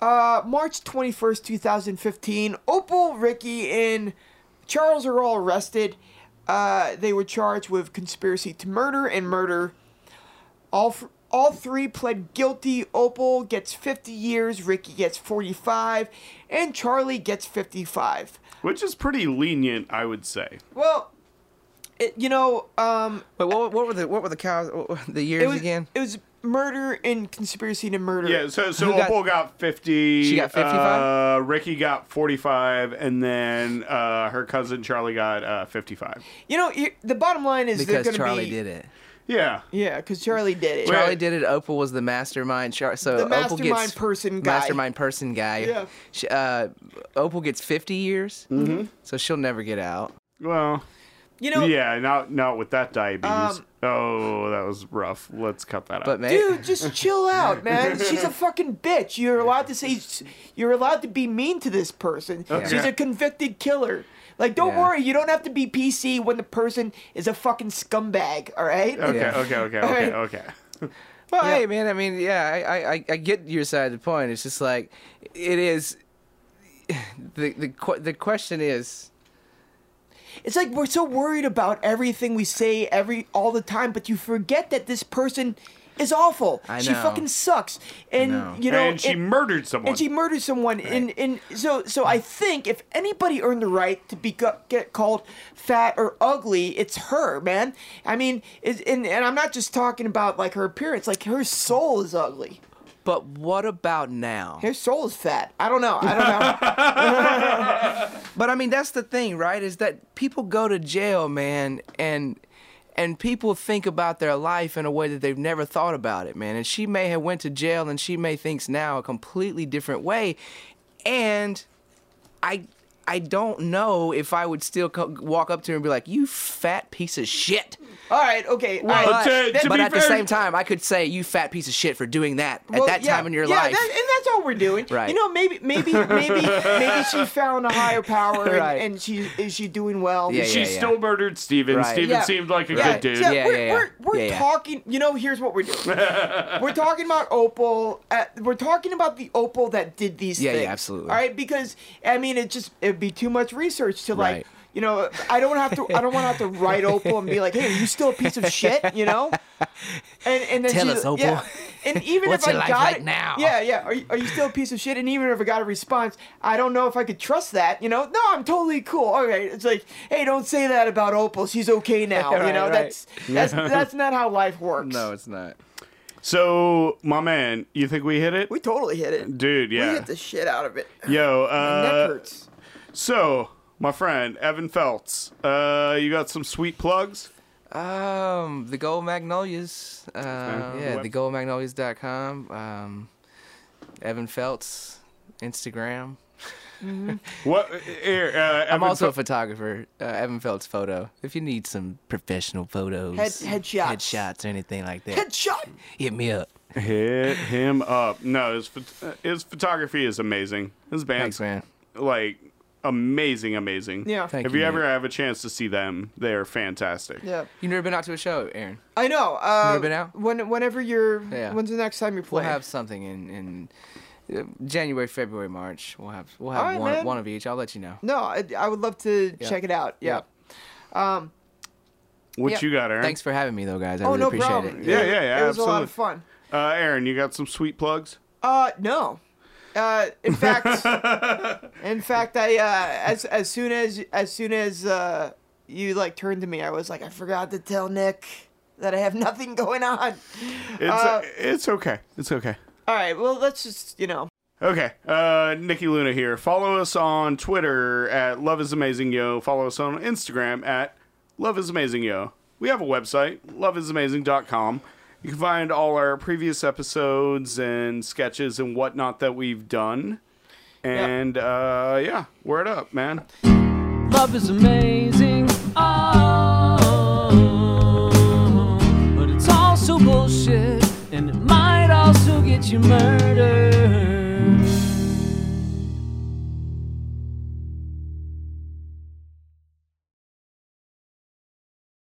Uh, March twenty first, two thousand fifteen. Opal, Ricky, and Charles are all arrested. Uh, they were charged with conspiracy to murder and murder. All f- all three pled guilty. Opal gets 50 years, Ricky gets 45, and Charlie gets 55.
which is pretty lenient, I would say.
Well, it, you know, um,
But what, what were the what were the cows what were the years
it was
again?
it was murder and conspiracy to murder.
Yeah, so so
Who got-
Opal got fifty.
She got 55?
Uh, Ricky got forty-five, and then uh, her cousin Charlie got uh, fifty-five.
You know, you- the bottom line is they're
Because
going to be
Charlie did it.
Yeah,
Yeah, because Charlie did it.
Wait,
Charlie did it. Opal was the mastermind. Char- so
The
Opal
mastermind
gets
person guy.
Mastermind person guy.
Yeah.
She, uh, Opal gets 50 years, mm-hmm. so she'll never get out.
well,
You know,
yeah, not not with that diabetes.
Um,
oh, that was rough. Let's cut that out.
But maybe
dude, just chill out, man. She's a fucking bitch. You're allowed to say, you're allowed to be mean to this person.
Oh,
She's a convicted killer. Like, don't
Yeah.
worry, you don't have to be PC when the person is a fucking scumbag. All right.
okay,
Yeah.
okay, okay,
All
okay,
right.
okay.
Well,
Yeah.
hey, man. I mean, yeah, I, I, I- I get your side of the point. It's just like it is. The the que- the question is,
It's like we're so worried about everything we say every all the time, but you forget that this person is awful.
I
She
know.
fucking sucks,
know.
and you know,
and she
it-
murdered someone.
and she murdered someone. And and so so I think if anybody earned the right to be gu- get called fat or ugly, it's her, man. I mean, is and and I'm not just talking about like her appearance. Like her soul is ugly.
but what about now?
Her soul is fat. I don't know. I don't know.
But I mean, that's the thing, right? Is that people go to jail, man, and and people think about their life in a way that they've never thought about it, man. And she may have went to jail, and she may thinks now a completely different way. And I I don't know if I would still co- walk up to her and be like, "You fat piece of shit."
all right. Okay. all right.
But,
to- to
but
be
at the
fair-
same time, I could say you fat piece of shit for doing that
Well,
at that
yeah,
time in your
yeah,
life.
that- and that's all we're doing.
Right.
You know, maybe, maybe, maybe, maybe she found a higher power, and,
Right.
and she is she doing well.
Yeah,
she
yeah, yeah.
still murdered Steven.
Right.
Steven
Yeah.
seemed like a
Yeah,
good dude.
yeah,
Yeah,
we're,
yeah, yeah.
we're, we're
Yeah, yeah.
talking. You know, here's what we're doing. we're talking about Opal. Uh, we're talking about the Opal that did these
Yeah, yeah,
things.
absolutely.
All right, because I mean, it just it'd be too much research to like.
Right.
You know, I don't have to. I don't want to have to write Opal and be like, "Hey, are you still a piece of shit?" You know. And and then
Tell
she-
us, Opal.
Yeah. And even
What's
if
your
I
life
got
like
it
now?
Yeah, Uh, yeah. Are you, are you still a piece of shit? And even if I got a response, I don't know if I could trust that. You know, no, I'm totally cool. All right, it's like, hey, don't say that about Opal. She's okay now. you
Right,
know,
right.
that's that's that's not how life works.
no, it's not.
So, my man, you think we hit it?
we totally hit it.
Dude,
We
yeah.
hit the shit out of it.
Yo,
My
uh,
Neck hurts.
so my friend Evan Feltz, uh, you got some sweet plugs.
Um, the Gold Magnolias. Uh, yeah,
Web-
thegoldmagnolias.com. Um, Evan Feltz, Instagram.
What? Here, uh,
I'm
Evan
also a
Fe-
photographer. Uh, Evan Phelps photo. If you need some professional photos,
Head- headshots.
headshots, or anything like that,
Headshot.
hit me up.
hit him up. No, his phot- uh, his photography is amazing. His band's
Thanks, man.
like amazing, amazing.
Yeah.
Thank
if
you,
you ever
mate.
have a chance to see them, they are fantastic.
Yeah.
You've never been out to a show, Aaron.
I know. Uh,
been out?
When, whenever you're.
Yeah.
When's the next time you
We'll
play?
have something in in uh, January, February, March. We'll have we'll have
All right,
one
man.
one of each. I'll let you know.
no, I, I would love to
Yeah.
check it out. Yeah.
What
Yeah.
you got, Aaron?
Thanks for having me, though, guys. I
Oh,
really
no
appreciate
problem.
it.
Yeah, yeah, yeah,
It was a lot of fun.
Uh, Aaron, you got some sweet plugs?
Uh, no. Uh, in fact, in fact, I uh, as as soon as as soon as uh, you like turned to me, I was like, I forgot to tell Nick that I have nothing going on.
It's
Uh,
it's okay. It's okay.
All right, well, let's just you know.
Okay, uh, Nikki Luna here. Follow us on Twitter at Love Is Amazing Yo. Follow us on Instagram at Love Is Amazing Yo. We have a website, loveisamazing.com. You can find all our previous episodes and sketches and whatnot that we've done. And uh, yeah, word up, man.
Love is amazing. Oh, but it's also bullshit, and it might also get you murdered.